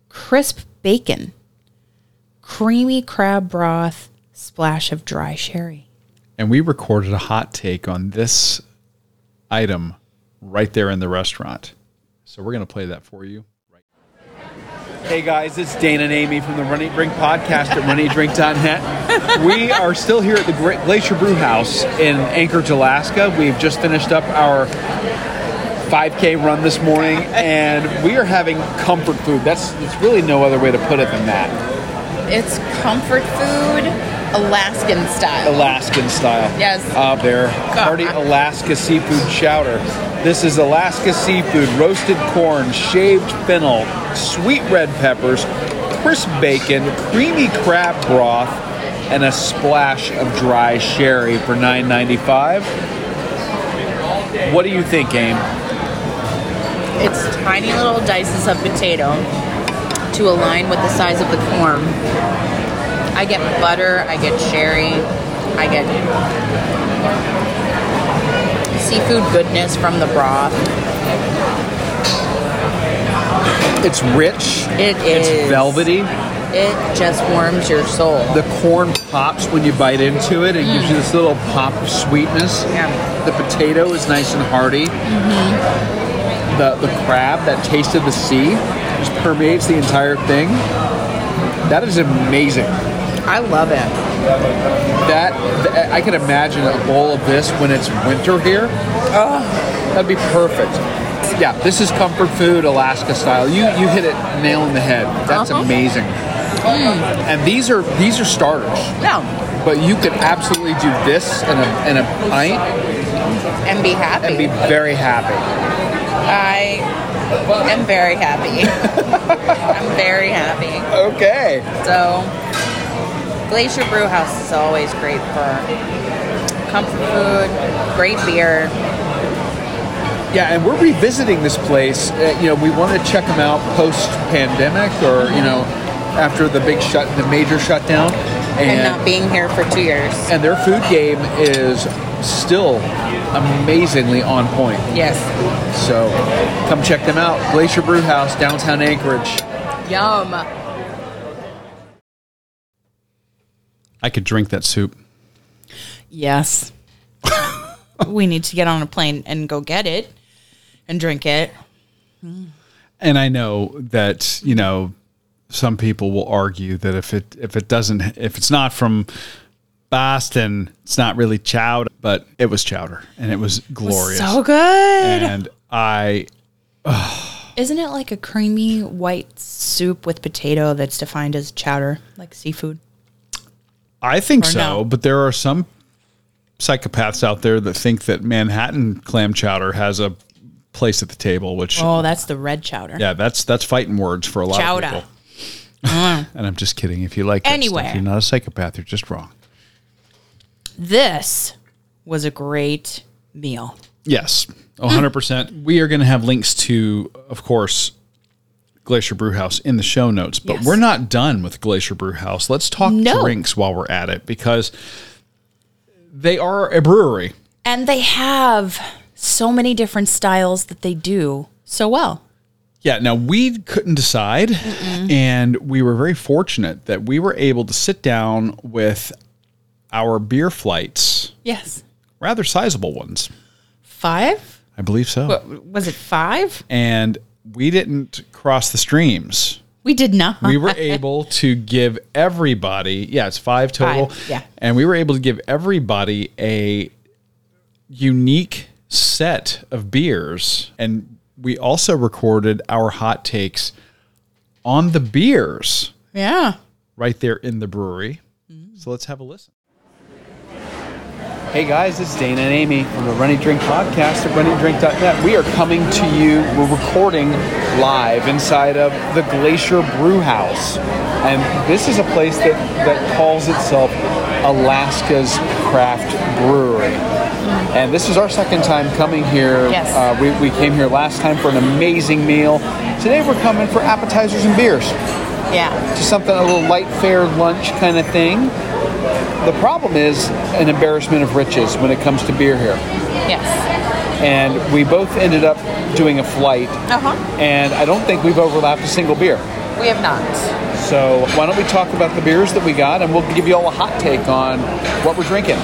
S3: crisp bacon, creamy crab broth, splash of dry sherry.
S5: And we recorded a hot take on this item right there in the restaurant. So we're going to play that for you.
S4: Hey guys, it's Dana and Amy from the Run Eat Drink podcast at runeatdrink.net. We are still here at the Gla- Glacier Brew House in Anchorage, Alaska. We've just finished up our 5K run this morning, and we are having comfort food. That's there's really no other way to put it than that.
S6: It's comfort food, Alaskan style.
S4: Alaskan style.
S6: Yes.
S4: Up there. Hearty Alaska seafood chowder. This is Alaska seafood, roasted corn, shaved fennel, sweet red peppers, crisp bacon, creamy crab broth, and a splash of dry sherry for $9.95. What do you think, Aim?
S6: It's tiny little dices of potato to align with the size of the corn. I get butter, I get sherry, I get seafood goodness from the broth.
S4: It's rich.
S6: It
S4: it's
S6: is-
S4: velvety.
S6: It just warms your soul.
S4: The corn pops when you bite into it. It gives you this little pop of sweetness.
S6: Yeah.
S4: The potato is nice and hearty. The the crab, that taste of the sea, just permeates the entire thing. That is amazing.
S6: I love it.
S4: That th- I can imagine a bowl of this when it's winter here. That'd be perfect. Yeah, this is comfort food, Alaska style. You you hit it nail on the head. That's
S6: Uh-huh.
S4: amazing. And these are these are starters.
S6: No,
S4: But you could absolutely do this in a, in a pint
S6: and be happy.
S4: and be very happy.
S6: I am very happy. I'm very happy.
S4: Okay.
S6: So, Glacier Brew House is always great for comfort food, great beer.
S4: Yeah, and we're revisiting this place. Uh, you know, we want to check them out post pandemic or, you know, after the big shut, the major shutdown.
S6: And, not being here for two years.
S4: and their food game is still amazingly on point.
S6: Yes.
S4: So come check them out. Glacier Brew House, downtown Anchorage.
S6: Yum.
S5: I could drink that soup.
S3: Yes. we need to get on a plane and go get it and drink it.
S5: and I know that you know some people will argue that if it if it doesn't if it's not from Boston, it's not really chowder, but it was chowder and it was
S4: Oh,
S5: glorious.
S3: So good.
S5: And I
S3: Isn't it like a creamy white soup with potato that's defined as chowder, like seafood?
S5: I think
S3: Or
S5: so,
S3: no?
S5: but there are some psychopaths out there that think that Manhattan clam chowder has a place at the table, which
S3: Oh, that's the red chowder.
S5: yeah, that's that's fighting words for a lot
S3: Chowder.
S5: of people. and I'm just kidding. If you like that stuff,
S3: Mm. Anywhere.
S5: you're not a psychopath. You're just wrong.
S3: This was a great meal.
S5: Yes,
S3: Mm.
S5: 100%. We are going to have links to, of course, Glacier Brew House in the show notes, but
S3: Yes.
S5: we're not done with Glacier Brew House. Let's talk
S3: No.
S5: drinks while we're at it because they are a brewery.
S3: And they have so many different styles that they do so well.
S5: Yeah, now we couldn't decide, and we were very fortunate that we were able to sit down with our beer flights,
S3: Yes.
S5: rather sizable ones.
S3: Five?
S5: I believe so.
S3: Was it five?
S5: And we didn't cross the streams.
S3: We did not.
S5: we were able to give everybody yeah it's five total
S3: Five, yeah.
S5: and we were able to give everybody a unique set of beers and we also recorded our hot takes on the beers
S3: yeah.
S5: right there in the brewery so let's have a listen
S4: Hey guys, it's Dana and Amy from the Runny Drink Podcast at runnydrink.net. We are coming to you, we're recording live inside of the Glacier Brew House. And this is a place that, that calls itself Alaska's Craft Brewery. And this is our second time coming here.
S3: Yes.
S4: Uh, we, we came here last time for an amazing meal. Today we're coming for appetizers and beers
S3: Yeah.
S4: to something a little light fare lunch kind of thing. The problem is an embarrassment of riches when it comes to beer here.
S3: Yes.
S4: And we both ended up doing a flight,
S3: Uh huh.
S4: and I don't think we've overlapped a single beer.
S3: We have not.
S4: So why don't we talk about the beers that we got, and we'll give you all a hot take on what we're drinking.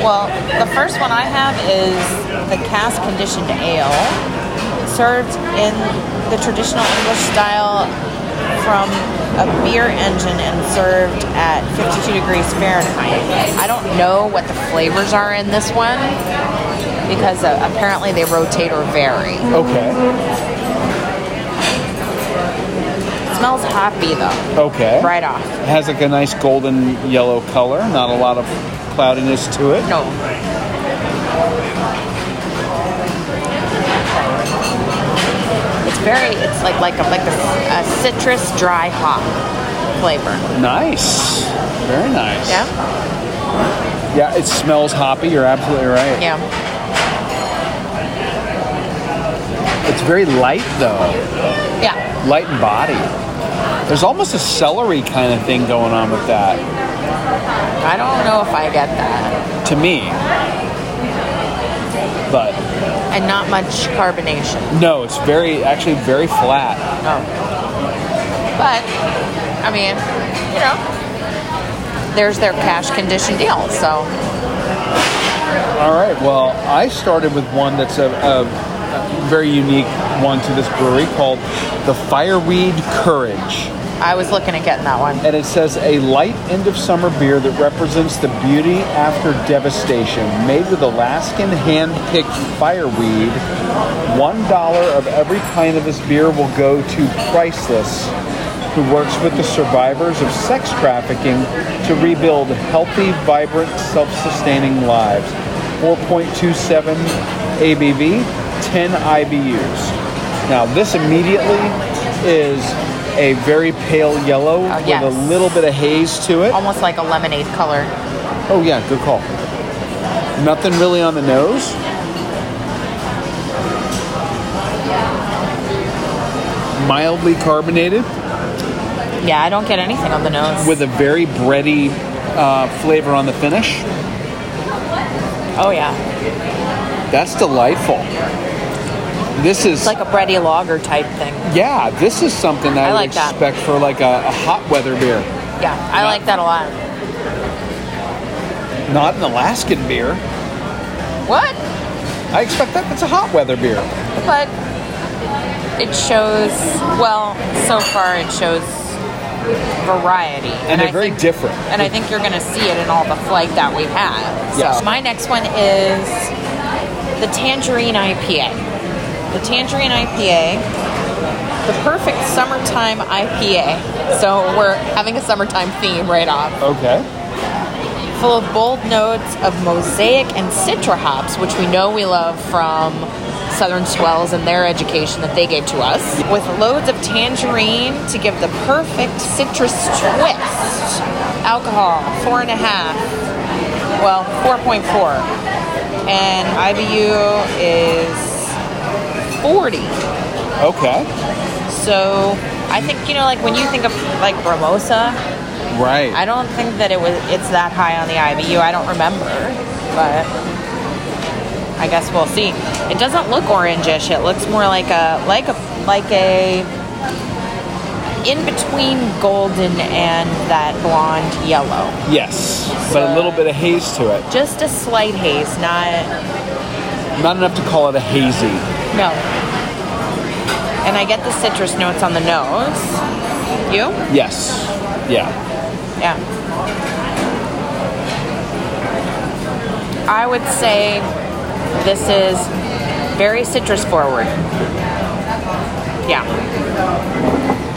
S3: Well, the first one I have is the cask conditioned ale, served in the traditional English style from a beer engine and served at 52 degrees Fahrenheit. I don't know what the flavors are in this one because uh, apparently they rotate or vary.
S4: Okay.
S3: It smells hoppy though,
S4: Okay.
S3: right off.
S4: It has like a nice golden yellow color, not a lot of cloudiness to it.
S3: No. It's very. It's like like a, like a, a citrus dry hop flavor.
S4: Nice. Very nice.
S3: Yeah.
S4: Yeah, it smells hoppy. You're absolutely right.
S3: Yeah.
S4: It's very light though,
S3: Yeah.
S4: light in body. There's almost a celery kind of thing going on with that,
S3: I don't know if I get that,
S4: to me. But
S3: and not much carbonation.
S4: no, it's very, actually very flat.
S3: No. But I mean, you know, there's their cash condition deal. So
S4: All right, well, I started with one that's a, a, a very unique one to this brewery called the Fireweed Courage.
S3: I was looking at getting that one.
S4: and it says a light end of summer beer that represents the beauty after devastation, made with Alaskan hand-picked fireweed. One dollar of every pint of this beer will go to Priceless, who works with the survivors of sex trafficking to rebuild healthy, vibrant, self-sustaining lives. 4.27 ABV, 10 IBUs. Now, this immediately is a very pale yellow with
S3: yes.
S4: a little bit of haze to it.
S3: Almost like a lemonade color.
S4: Oh, yeah, good call. Nothing really on the nose. Mildly carbonated
S3: Yeah, I don't get anything on the nose.
S4: with a very bready uh, flavor on the finish.
S3: oh yeah.
S4: That's delightful. This is
S3: It's like a bready lager type thing.
S4: yeah, this is something that I,
S3: I
S4: would
S3: like that.
S4: expect for like a, a hot weather beer,
S3: Yeah, I like that a lot.
S4: not an Alaskan beer.
S3: What?
S4: I expect that that's a hot weather beer.
S3: But it shows, well, so far it shows variety.
S4: And, they're very
S3: think,
S4: different.
S3: And I think you're going to see it in all the flight that we have. So
S4: Yes.
S3: my next one is the Tangerine IPA. The Tangerine IPA, the perfect summertime IPA. So we're having a summertime theme right off.
S4: Okay.
S3: full of bold notes of mosaic and citra hops, which we know we love from Southern Swells and their education that they gave to us, with loads of tangerine to give the perfect citrus twist. Alcohol, four and a half. Well, 4.4. And IBU is 40.
S4: Okay.
S3: So I think, you know, like when you think of like Bramosa,
S4: Right.
S3: I don't think that it was. It's that high on the IBU. I don't remember, but I guess we'll see. It doesn't look orangish. It looks more like a like a like a in between golden and that blonde yellow.
S4: yes, but a little bit of haze to it.
S3: Just a slight haze, not
S4: Not enough to call it a hazy.
S3: no. And I get the citrus notes on the nose. You?
S4: Yes. Yeah.
S3: Yeah. I would say this is very citrus forward. Yeah.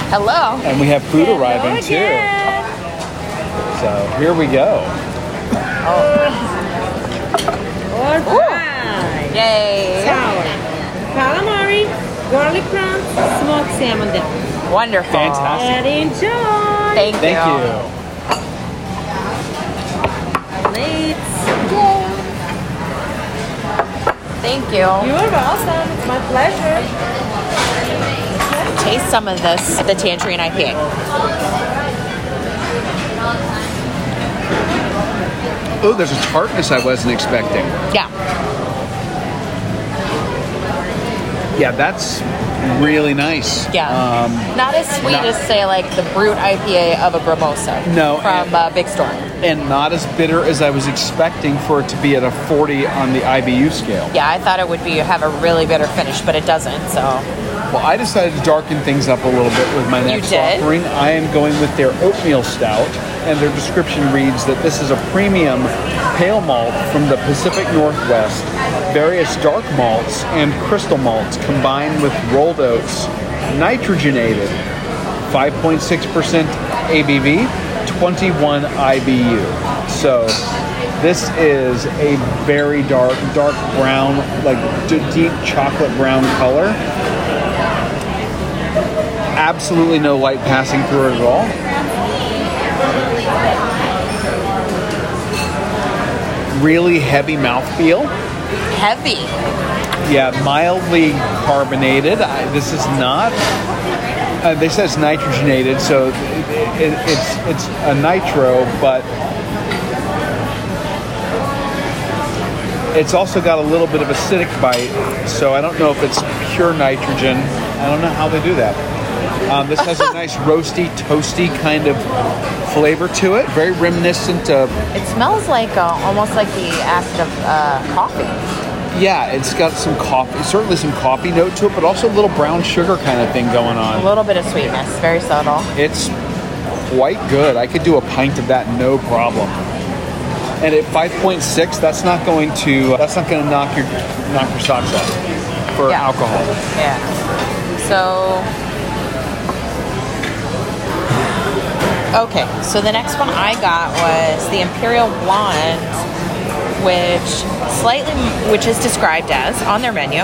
S3: Hello.
S4: And we have food arriving too. So here we go.
S7: All fried.
S3: Yay.
S7: Sour. Calamari, garlic prawns, smoked salmon dip.
S3: Wonderful.
S4: Fantastic.
S7: And enjoy.
S3: Thank,
S4: Thank
S3: you.
S4: you.
S7: Plates.
S3: Thank you.
S7: You're welcome. It's my pleasure.
S3: Taste some of this, the Tangerine IPA.
S4: Oh, there's a tartness I wasn't expecting.
S3: Yeah.
S4: Yeah, that's really nice. Uh,
S3: Yeah. not as sweet
S4: Um, not-
S3: as, say, like the Brute IPA of a Gramosa.
S4: No,
S3: From
S4: and-
S3: uh, Big Storm.
S4: And not as bitter as I was expecting for it to be at a 40 on the IBU scale.
S3: Yeah, I thought it would be have a really bitter finish, but it doesn't. So
S4: Well, I decided to darken things up a little bit with my next
S3: did?
S4: offering. I am going with their oatmeal stout, and their description reads that this is a premium pale malt from the Pacific Northwest. Various dark malts and crystal malts combined with rolled oats, nitrogenated, 5.6% ABV, 21 IBU. So this is a very dark, dark brown, like d- deep chocolate brown color absolutely no light passing through it at all. Really heavy mouthfeel.
S3: heavy.
S4: Yeah, mildly carbonated. I, this is not. Uh, they said it's nitrogenated, so it, it, it's it's a nitro, but it's also got a little bit of acidic bite. So I don't know if it's pure nitrogen. I don't know how they do that. Um, this has a nice roasty, toasty kind of flavor to it. Very reminiscent of
S3: It smells like uh, almost like the acid of uh, coffee.
S4: Yeah, it's got some coffee, certainly some coffee note to it, but also a little brown sugar kind of thing going
S3: A
S4: on.
S3: little bit of sweetness, very subtle.
S4: It's quite good. I could do a pint of that no problem. And at 5.6, that's not going to that's not going to knock your knock your socks off for
S3: Yeah.
S4: alcohol.
S3: Yeah. So. Okay, so the next one I got was the Imperial Blonde, which slightly, which is described as on their menu,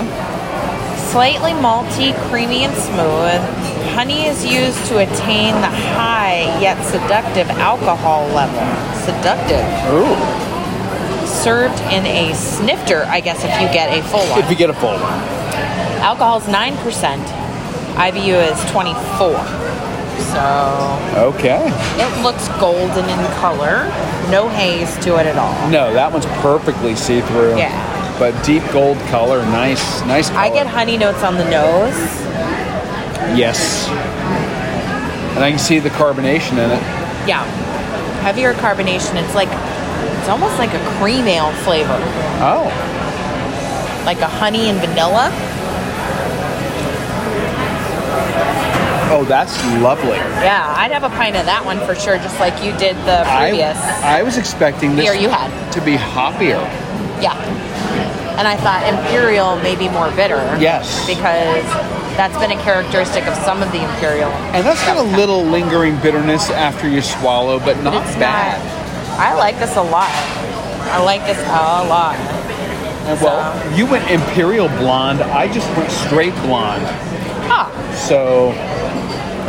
S3: slightly malty, creamy, and smooth. Honey is used to attain the high yet seductive alcohol level. Seductive.
S4: Ooh,
S3: Served in a snifter, I guess, if you get a full one.
S4: if you get a full one,
S3: Alcohol's 9%. IBU is 24. So
S4: okay.
S3: it looks golden in color. No haze to it at all.
S4: No, that one's perfectly see through.
S3: Yeah.
S4: but deep gold color, nice, nice. Color.
S3: I get honey notes on the nose.
S4: yes, and I can see the carbonation in it.
S3: Yeah. Heavier carbonation. It's like, it's almost like a cream ale flavor,
S4: Oh.
S3: like a honey and vanilla.
S4: Oh, that's lovely.
S3: Yeah, I'd have a pint of that one for sure, just like you did the previous.
S4: I, I was expecting this
S3: Beer you had.
S4: to be hoppier.
S3: yeah. And I thought Imperial may be more bitter.
S4: Yes.
S3: Because that's been a characteristic of some of the Imperial
S4: And that's got a little lingering bitterness after you swallow, but not
S3: It's
S4: bad.
S3: not- I like this a lot. I like this a lot.
S4: And, well, you went imperial blonde. I just went straight blonde.
S3: Ah,
S4: So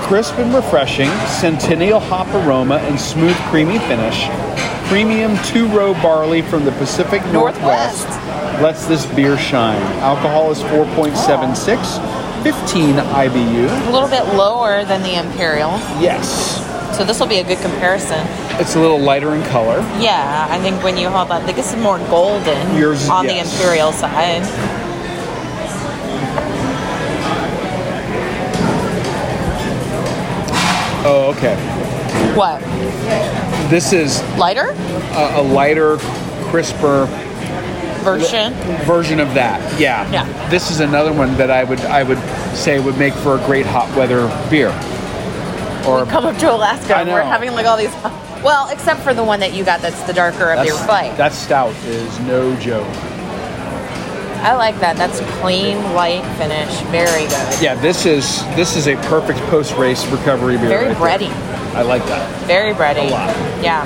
S4: crisp and refreshing, centennial hop aroma and smooth creamy finish. Premium two-row barley from the Pacific Northwest, lets this beer shine. Alcohol is 4.76, 15 IBU.
S3: a little bit lower than the Imperial,
S4: Yes.
S3: so this will be a good comparison.
S4: It's a little lighter in color.
S3: Yeah, I think when you hold that, I think this is more golden
S4: Yours-
S3: on
S4: yes.
S3: the Imperial side.
S4: Oh, okay.
S3: What
S4: This is
S3: lighter
S4: a, a lighter, crisper
S3: version?
S4: version of that. Yeah.
S3: Yeah.
S4: This is another one that I would I would say would make for a great hot weather beer. Or
S3: Come up to Alaska,
S4: I
S3: and we're
S4: know.
S3: having like all these. Well, except for the one that you got, that's the darker of your
S4: that's,
S3: flight.
S4: that stout is no joke.
S3: I like that. That's clean, light finish, very good,
S4: Yeah, this is this is a perfect post race recovery beer.
S3: very
S4: right there.
S3: bready,
S4: I like that.
S3: very bready.
S4: A lot.
S3: Yeah.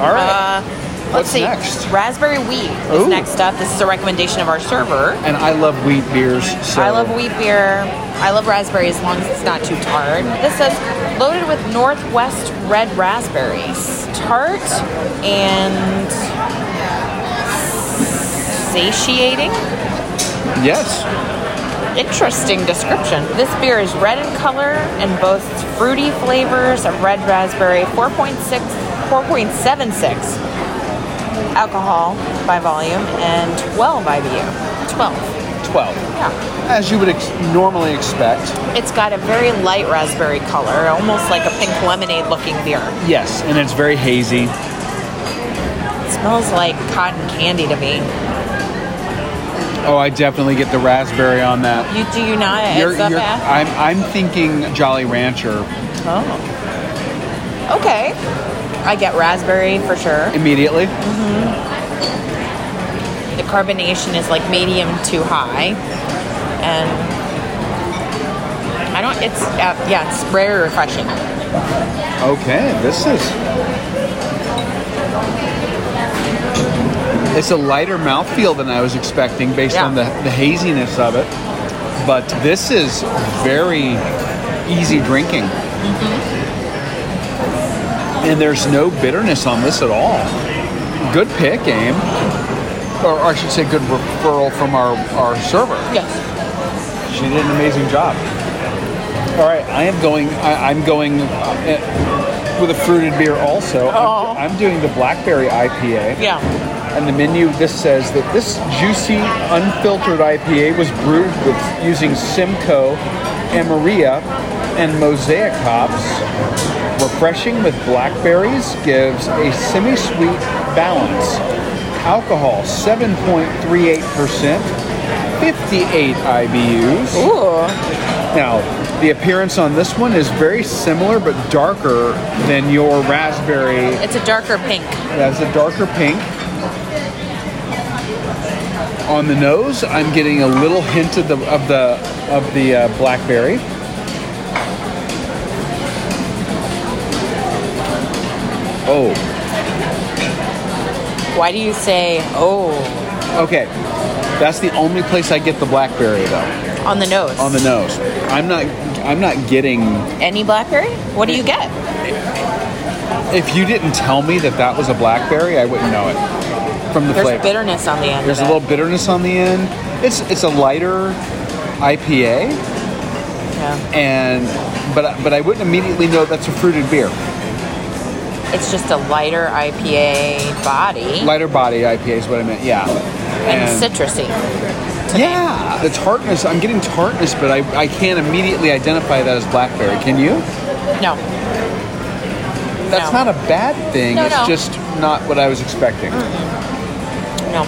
S4: All right.
S3: Uh, Let's
S4: What's
S3: see.
S4: next?
S3: Raspberry wheat is
S4: Ooh.
S3: next up. This is a recommendation of our server.
S4: And I love wheat beers. So
S3: I love wheat beer. I love raspberry as long as it's not too tart. This says loaded with Northwest red raspberries, tart and satiating.
S4: Yes.
S3: Interesting description. This beer is red in color and boasts fruity flavors of red raspberry, 4.6, 4.76 alcohol by volume and 12 IBU. 12.
S4: 12.
S3: Yeah.
S4: As you would ex- normally expect.
S3: It's got a very light raspberry color, almost like a pink lemonade looking beer.
S4: Yes. And it's very hazy.
S3: It smells like cotton candy to me.
S4: Oh, I definitely get the raspberry on that.
S3: You do you not?
S4: You're-
S3: It's not
S4: you're-
S3: bad.
S4: I'm, I'm thinking Jolly Rancher
S3: Oh. Okay. I get raspberry for sure.
S4: immediately.
S3: the carbonation is like medium to high and i don't it's uh, yeah it's very refreshing
S4: Okay, this is. It's a lighter mouthfeel than I was expecting based
S3: Yeah.
S4: on the, the haziness of it. But this is very easy drinking. And there's no bitterness on this at all. Good pick, Aim. Or I should say, good referral from our, our server.
S3: yes
S4: She did an amazing job. All right, I am going. I, I'm going uh, with a fruited beer also.
S3: Oh.
S4: I'm, I'm doing the blackberry IPA.
S3: yeah
S4: And the menu this says that this juicy, unfiltered IPA was brewed with using Simcoe, Amaria, and Mosaic hops. Refreshing with blackberries gives a semi-sweet balance. Alcohol 7.38%, 58 IBUs.
S3: ooh
S4: Now, the appearance on this one is very similar but darker than your raspberry.
S3: it's a darker pink
S4: It has a darker pink. On the nose, I'm getting a little hint of the of the of the uh, blackberry. Oh,
S3: why do you say oh
S4: okay. That's the only place I get the blackberry though.
S3: on the nose
S4: On the nose, I'm not I'm not getting
S3: any blackberry what do you get
S4: If you didn't tell me that that was a blackberry, I wouldn't know it from the
S3: there's
S4: flavor.
S3: bitterness on the end
S4: There's a
S3: of it.
S4: little bitterness on the end. It's it's a lighter IPA,
S3: yeah.
S4: and but I- but I wouldn't immediately know that's a fruited beer.
S3: it's just a lighter ipa body
S4: Lighter body IPA is what I meant. Yeah,
S3: and citrusy
S4: yeah, the tartness. I'm getting tartness, but I I can't immediately identify that as blackberry. Can you?
S3: no
S4: That's
S3: No.
S4: not a bad thing.
S3: No,
S4: it's
S3: no.
S4: just not what I was expecting.
S3: no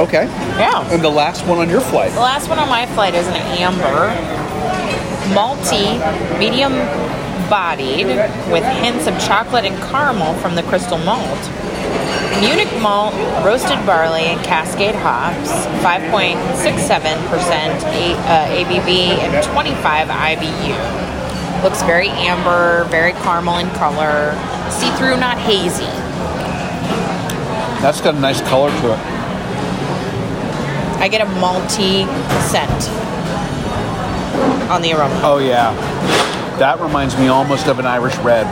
S4: Okay,
S3: yeah
S4: and the last one on your flight.
S3: The last one on my flight is an amber, malty, medium bodied, with hints of chocolate and caramel from the crystal malt. Munich malt, roasted barley, and cascade hops, 5.67% A- uh, ABV and 25 IBU. Looks very amber, very caramel in color, see through, not hazy.
S4: That's got a nice color to it.
S3: I get a malty scent on the aroma.
S4: Oh yeah, that reminds me almost of an Irish red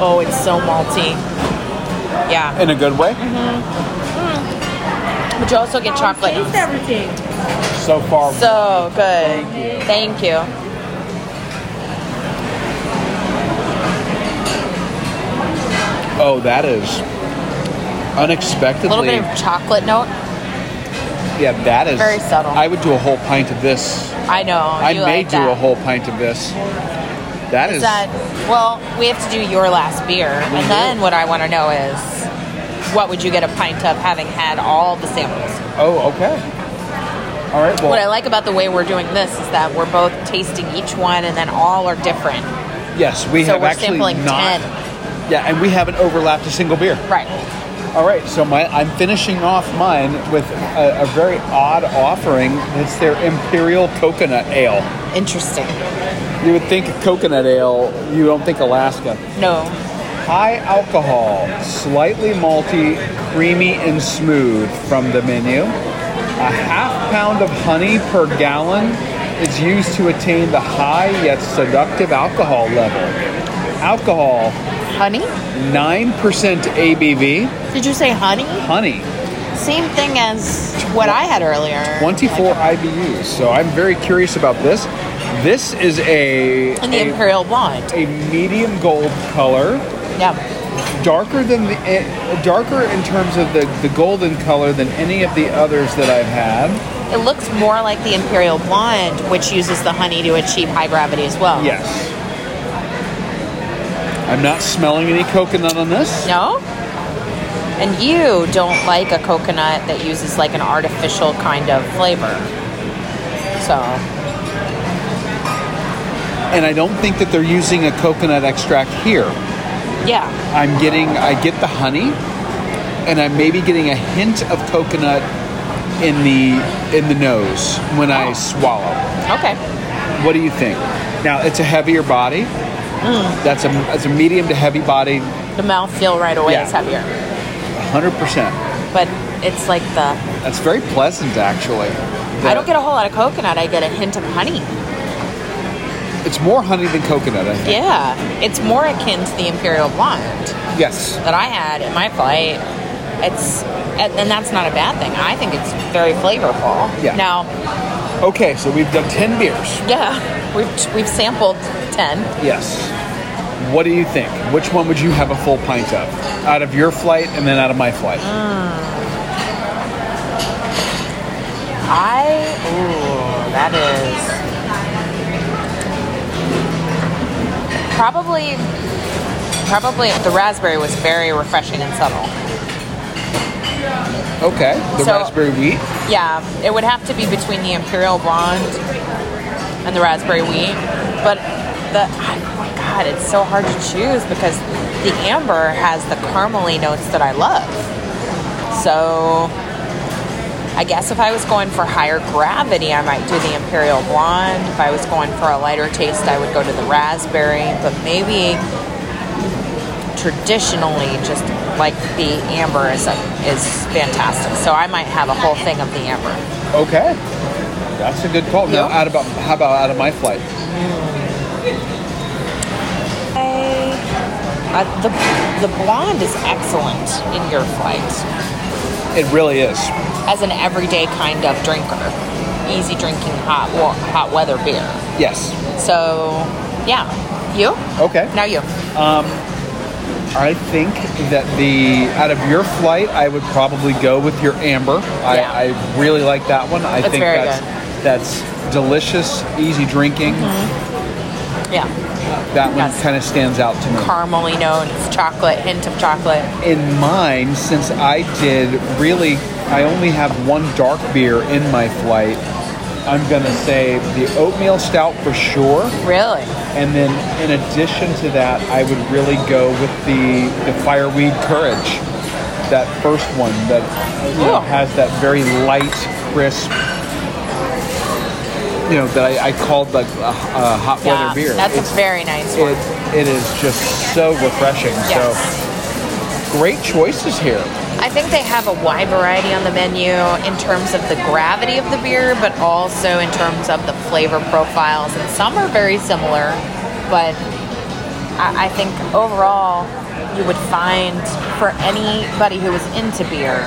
S3: Oh, it's so malty. Yeah,
S4: in a good way.
S3: Mm-hmm. but you also get chocolate.
S7: Taste everything.
S4: So far,
S3: So good. Thank you.
S4: oh that is
S3: A little
S4: unexpectedly.
S3: bit of chocolate note.
S4: yeah, that is
S3: very subtle.
S4: I would do a whole pint of this.
S3: I know.
S4: I
S3: you
S4: may
S3: like
S4: do
S3: that.
S4: a whole pint of this. That is,
S3: Is that well? We have to do your last beer,
S4: Mm-hmm.
S3: and then what I want to know is, what would you get a pint of having had all the samples?
S4: oh okay. All right, well
S3: What I like about the way we're doing this is that we're both tasting each one, and then all are different.
S4: yes, we
S3: so
S4: have
S3: we're
S4: actually
S3: sampling
S4: not.
S3: ten.
S4: Yeah, and we haven't overlapped a single beer.
S3: Right.
S4: All right, so my I'm finishing off mine with a, a very odd offering. It's their Imperial Coconut Ale.
S3: Interesting.
S4: You would think of coconut ale, you don't think Alaska.
S3: No.
S4: high alcohol, slightly malty, creamy, and smooth from the menu. A half pound of honey per gallon is used to attain the high yet seductive alcohol level. Alcohol,
S3: Honey?
S4: 9% ABV,
S3: Did you say honey?
S4: honey,
S3: Same thing as what I had earlier.
S4: 24 IBUs. So I'm very curious about this. This is a,
S3: In the
S4: a,
S3: Imperial Blonde.
S4: a medium gold color.
S3: Yeah.
S4: darker than the eh, darker in terms of the, the golden color than any of the others that I've had.
S3: It looks more like the Imperial Blonde, which uses the honey to achieve high gravity as well.
S4: Yes. I'm not smelling any coconut on this.
S3: No? And you don't like a coconut that uses like an artificial kind of flavor. So,
S4: And I don't think that they're using a coconut extract here.
S3: yeah.
S4: I'm getting I get the honey and I'm maybe getting a hint of coconut in the in the nose when I swallow.
S3: Okay.
S4: What do you think? Now it's a heavier body. That's a that's a medium to heavy body,
S3: The mouthfeel right away
S4: Yeah.
S3: is heavier.
S4: hundred percent.
S3: But it's like the
S4: That's very pleasant, actually.
S3: I don't get a whole lot of coconut. I get a hint of honey.
S4: It's more honey than coconut. I think.
S3: Yeah, it's more akin to the Imperial Blonde
S4: Yes.
S3: that I had in my flight. It's and, and that's not a bad thing. I think it's very flavorful.
S4: Yeah.
S3: Now,
S4: Okay, so we've done ten beers.
S3: yeah, we've we've sampled ten.
S4: Yes. What do you think? Which one would you have a full pint of? Out of your flight and then out of my flight.
S3: Mm. I ooh, that is probably probably the raspberry was very refreshing and subtle.
S4: Okay. The
S3: So-
S4: raspberry wheat.
S3: Yeah, it would have to be between the Imperial Blonde and the Raspberry Wheat. But the oh my God, it's so hard to choose because the amber has the caramely notes that I love. So I guess if I was going for higher gravity, I might do the Imperial Blonde. If I was going for a lighter taste, I would go to the raspberry. But maybe traditionally just like the amber is is fantastic. So I might have a whole thing of the amber.
S4: Okay. That's a good call. Now,
S3: Yeah.
S4: out about how about out of my flight?
S3: Uh, the the blonde is excellent in your flight
S4: It really is.
S3: as an everyday kind of drinker, easy drinking hot wa- hot weather beer.
S4: Yes.
S3: So yeah, you
S4: Okay.
S3: now you
S4: I think that the out of your flight, I would probably go with your amber.
S3: Yeah.
S4: I, I really like that one. I
S3: That's
S4: think
S3: very
S4: that's that's delicious, easy drinking.
S3: yeah
S4: That one
S3: Mm-hmm. Yes.
S4: kind of stands out to me.
S3: caramely notes, chocolate hint of chocolate.
S4: in mine, since I did really, I only have one dark beer in my flight. I'm gonna say the oatmeal stout for sure,
S3: Really,
S4: and then in addition to that, I would really go with the the fireweed courage, that first one that you know,
S3: Cool.
S4: has that very light, crisp. You know that I, I called like a, a hot
S3: yeah,
S4: weather beer.
S3: that's
S4: It's-
S3: a very nice one.
S4: it, it is just so refreshing.
S3: Yes.
S4: So great choices here.
S3: I think they have a wide variety on the menu in terms of the gravity of the beer, but also in terms of the flavor profiles. And some are very similar, but I, I think overall you would find for anybody who is into beer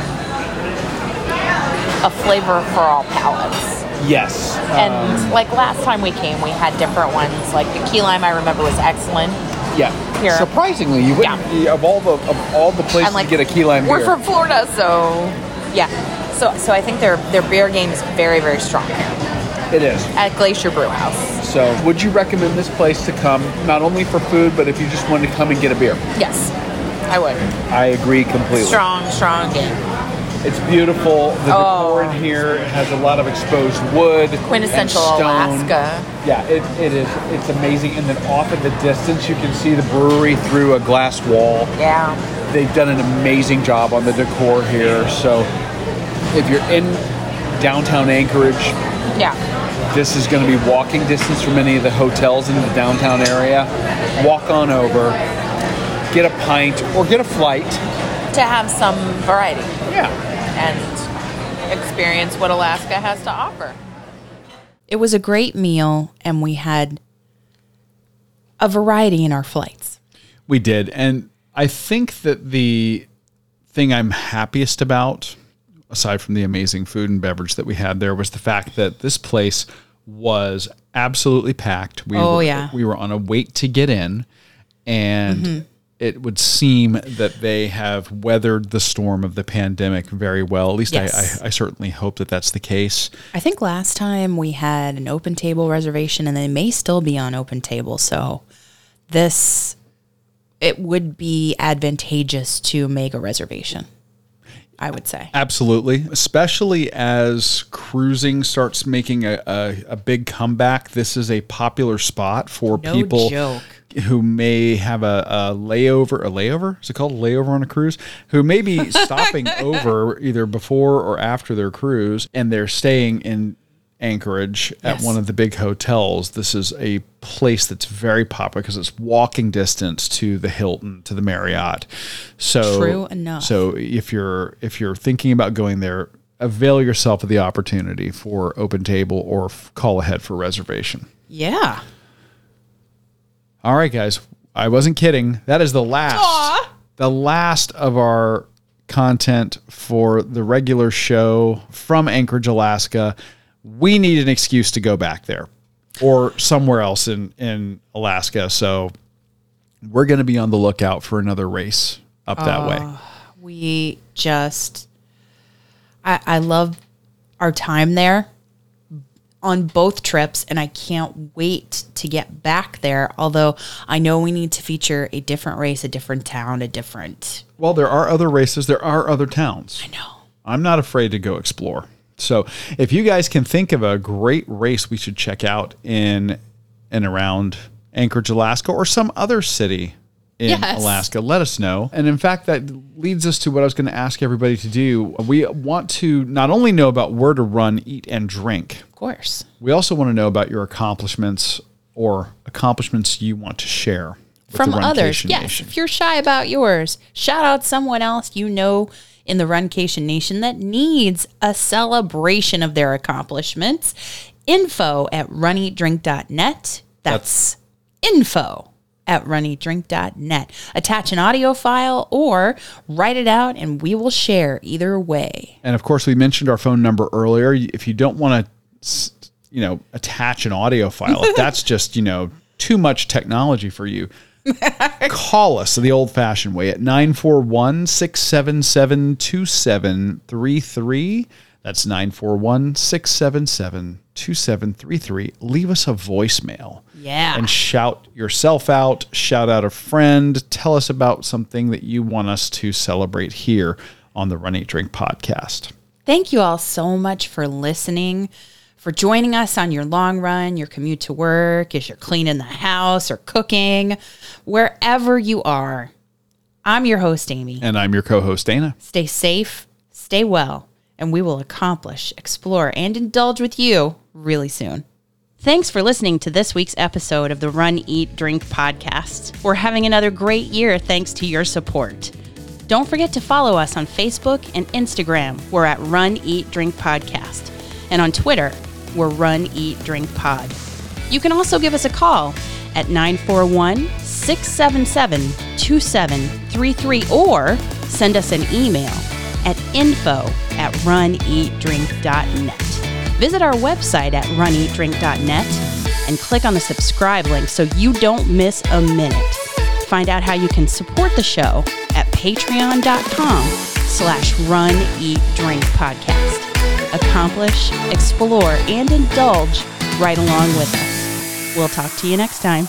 S3: a flavor for all palates.
S4: Yes.
S3: And
S4: Um,
S3: like last time we came, we had different ones. Like the key lime, I remember was excellent.
S4: yeah.
S3: here.
S4: Surprisingly, you wouldn't of all the of all the places
S3: and like
S4: to get a key lime
S3: We're
S4: beer.
S3: from Florida, so yeah. So so I think their their beer game is very very strong here
S4: it is.
S3: at Glacier Brew House.
S4: So, would you recommend this place to come not only for food, but if you just wanted to come and get a beer?
S3: Yes, I would.
S4: I agree completely.
S3: Strong strong game.
S4: It's beautiful. The
S3: Oh.
S4: decor in here has a lot of exposed wood, and
S3: Quintessential
S4: stone.
S3: Alaska.
S4: Yeah, it, it is. It's amazing. And then off in the distance, you can see the brewery through a glass wall.
S3: Yeah.
S4: they've done an amazing job on the decor here. So if you're in downtown Anchorage,
S3: Yeah.
S4: this is going to be walking distance from any of the hotels in the downtown area. Walk on over,
S8: get a pint, or get a flight.
S9: to have some variety
S8: Yeah.
S9: and experience what Alaska has to offer.
S3: It was a great meal, and we had a variety in our flights.
S4: We did. And I think that the thing I'm happiest about, aside from the amazing food and beverage that we had there, was the fact that this place was absolutely packed. We
S3: Oh,
S4: were,
S3: yeah. Mm-hmm.
S4: We were on a wait to get in. And. It would seem that they have weathered the storm of the pandemic very well. At least
S3: Yes.
S4: I, I, I certainly hope that that's the case.
S3: I think last time we had an open table reservation, and they may still be on open table. So, this it would be advantageous to make a reservation. I would say.
S4: Absolutely. Especially as cruising starts making a, a, a big comeback, this is a popular spot for
S3: No
S4: people
S3: joke.
S4: who may have a, a layover. A layover? Is it called a layover on a cruise? Who may be stopping over either before or after their cruise and they're staying in Anchorage at
S3: Yes.
S4: one of the big hotels. This is a place that's very popular because it's walking distance to the Hilton, to the Marriott. So
S3: True enough.
S4: So if you're if you're thinking about going there, avail yourself of the opportunity for open table or f- call ahead for reservation.
S3: Yeah.
S4: All right, guys, I wasn't kidding. That is the last the last of our content for the regular show from Anchorage, Alaska. We need an excuse to go back there or somewhere else in in Alaska. So we're going to be on the lookout for another race up that
S3: Ah.
S4: way.
S3: we just I, I love our time there on both trips and I can't wait to get back there. Although I know we need to feature a different race, a different town, a different
S4: Well, there are other races. There are other towns. I know. I'm not afraid to go explore. So, if you guys can think of a great race we should check out in and around Anchorage, Alaska, or some other city in
S3: Yes.
S4: Alaska, let us know. And in fact, that leads us to what I was going to ask everybody to do. We want to not only know about where to run, eat, and drink,
S3: of course.
S4: we also want to know about your accomplishments or accomplishments you want to share with
S3: From
S4: the
S3: others.
S4: Runcation
S3: Yes.
S4: Nation.
S3: If you're shy about yours, shout out someone else you know in the Runcation Nation that needs a celebration of their accomplishments. Info at runeatdrink.net. That's info at runeatdrink.net. Attach an audio file or write it out and we will share either way.
S4: And of course, we mentioned our phone number earlier. If you don't want to, you know, attach an audio file, if that's just, you know, too much technology for you, call us the old fashioned way at 941 677 2733. That's 941 677 2733. Leave us a voicemail.
S3: Yeah.
S4: And shout yourself out, shout out a friend, tell us about something that you want us to celebrate here on the Run Eat Drink podcast.
S3: Thank you all so much for listening, for joining us on your long run, your commute to work, as you're cleaning the house or cooking, wherever you are. I'm your host, Amy.
S4: And I'm your co host, Dana.
S3: Stay safe, stay well, and we will accomplish, explore, and indulge with you really soon.
S1: Thanks for listening to this week's episode of the Run, Eat, Drink podcast. We're having another great year thanks to your support. Don't forget to follow us on Facebook and Instagram. We're at Run, Eat, Drink Podcast. And on Twitter, we're Run, Eat, Drink Pod. You can also give us a call at 941 677 2733 or send us an email at info at runeatdrink.net. Visit our website at runeatdrink.net and click on the subscribe link so you don't miss a minute. Find out how you can support the show at patreon.com slash run eat drink podcast. Accomplish, explore, and indulge right along with us. We'll talk to you next time.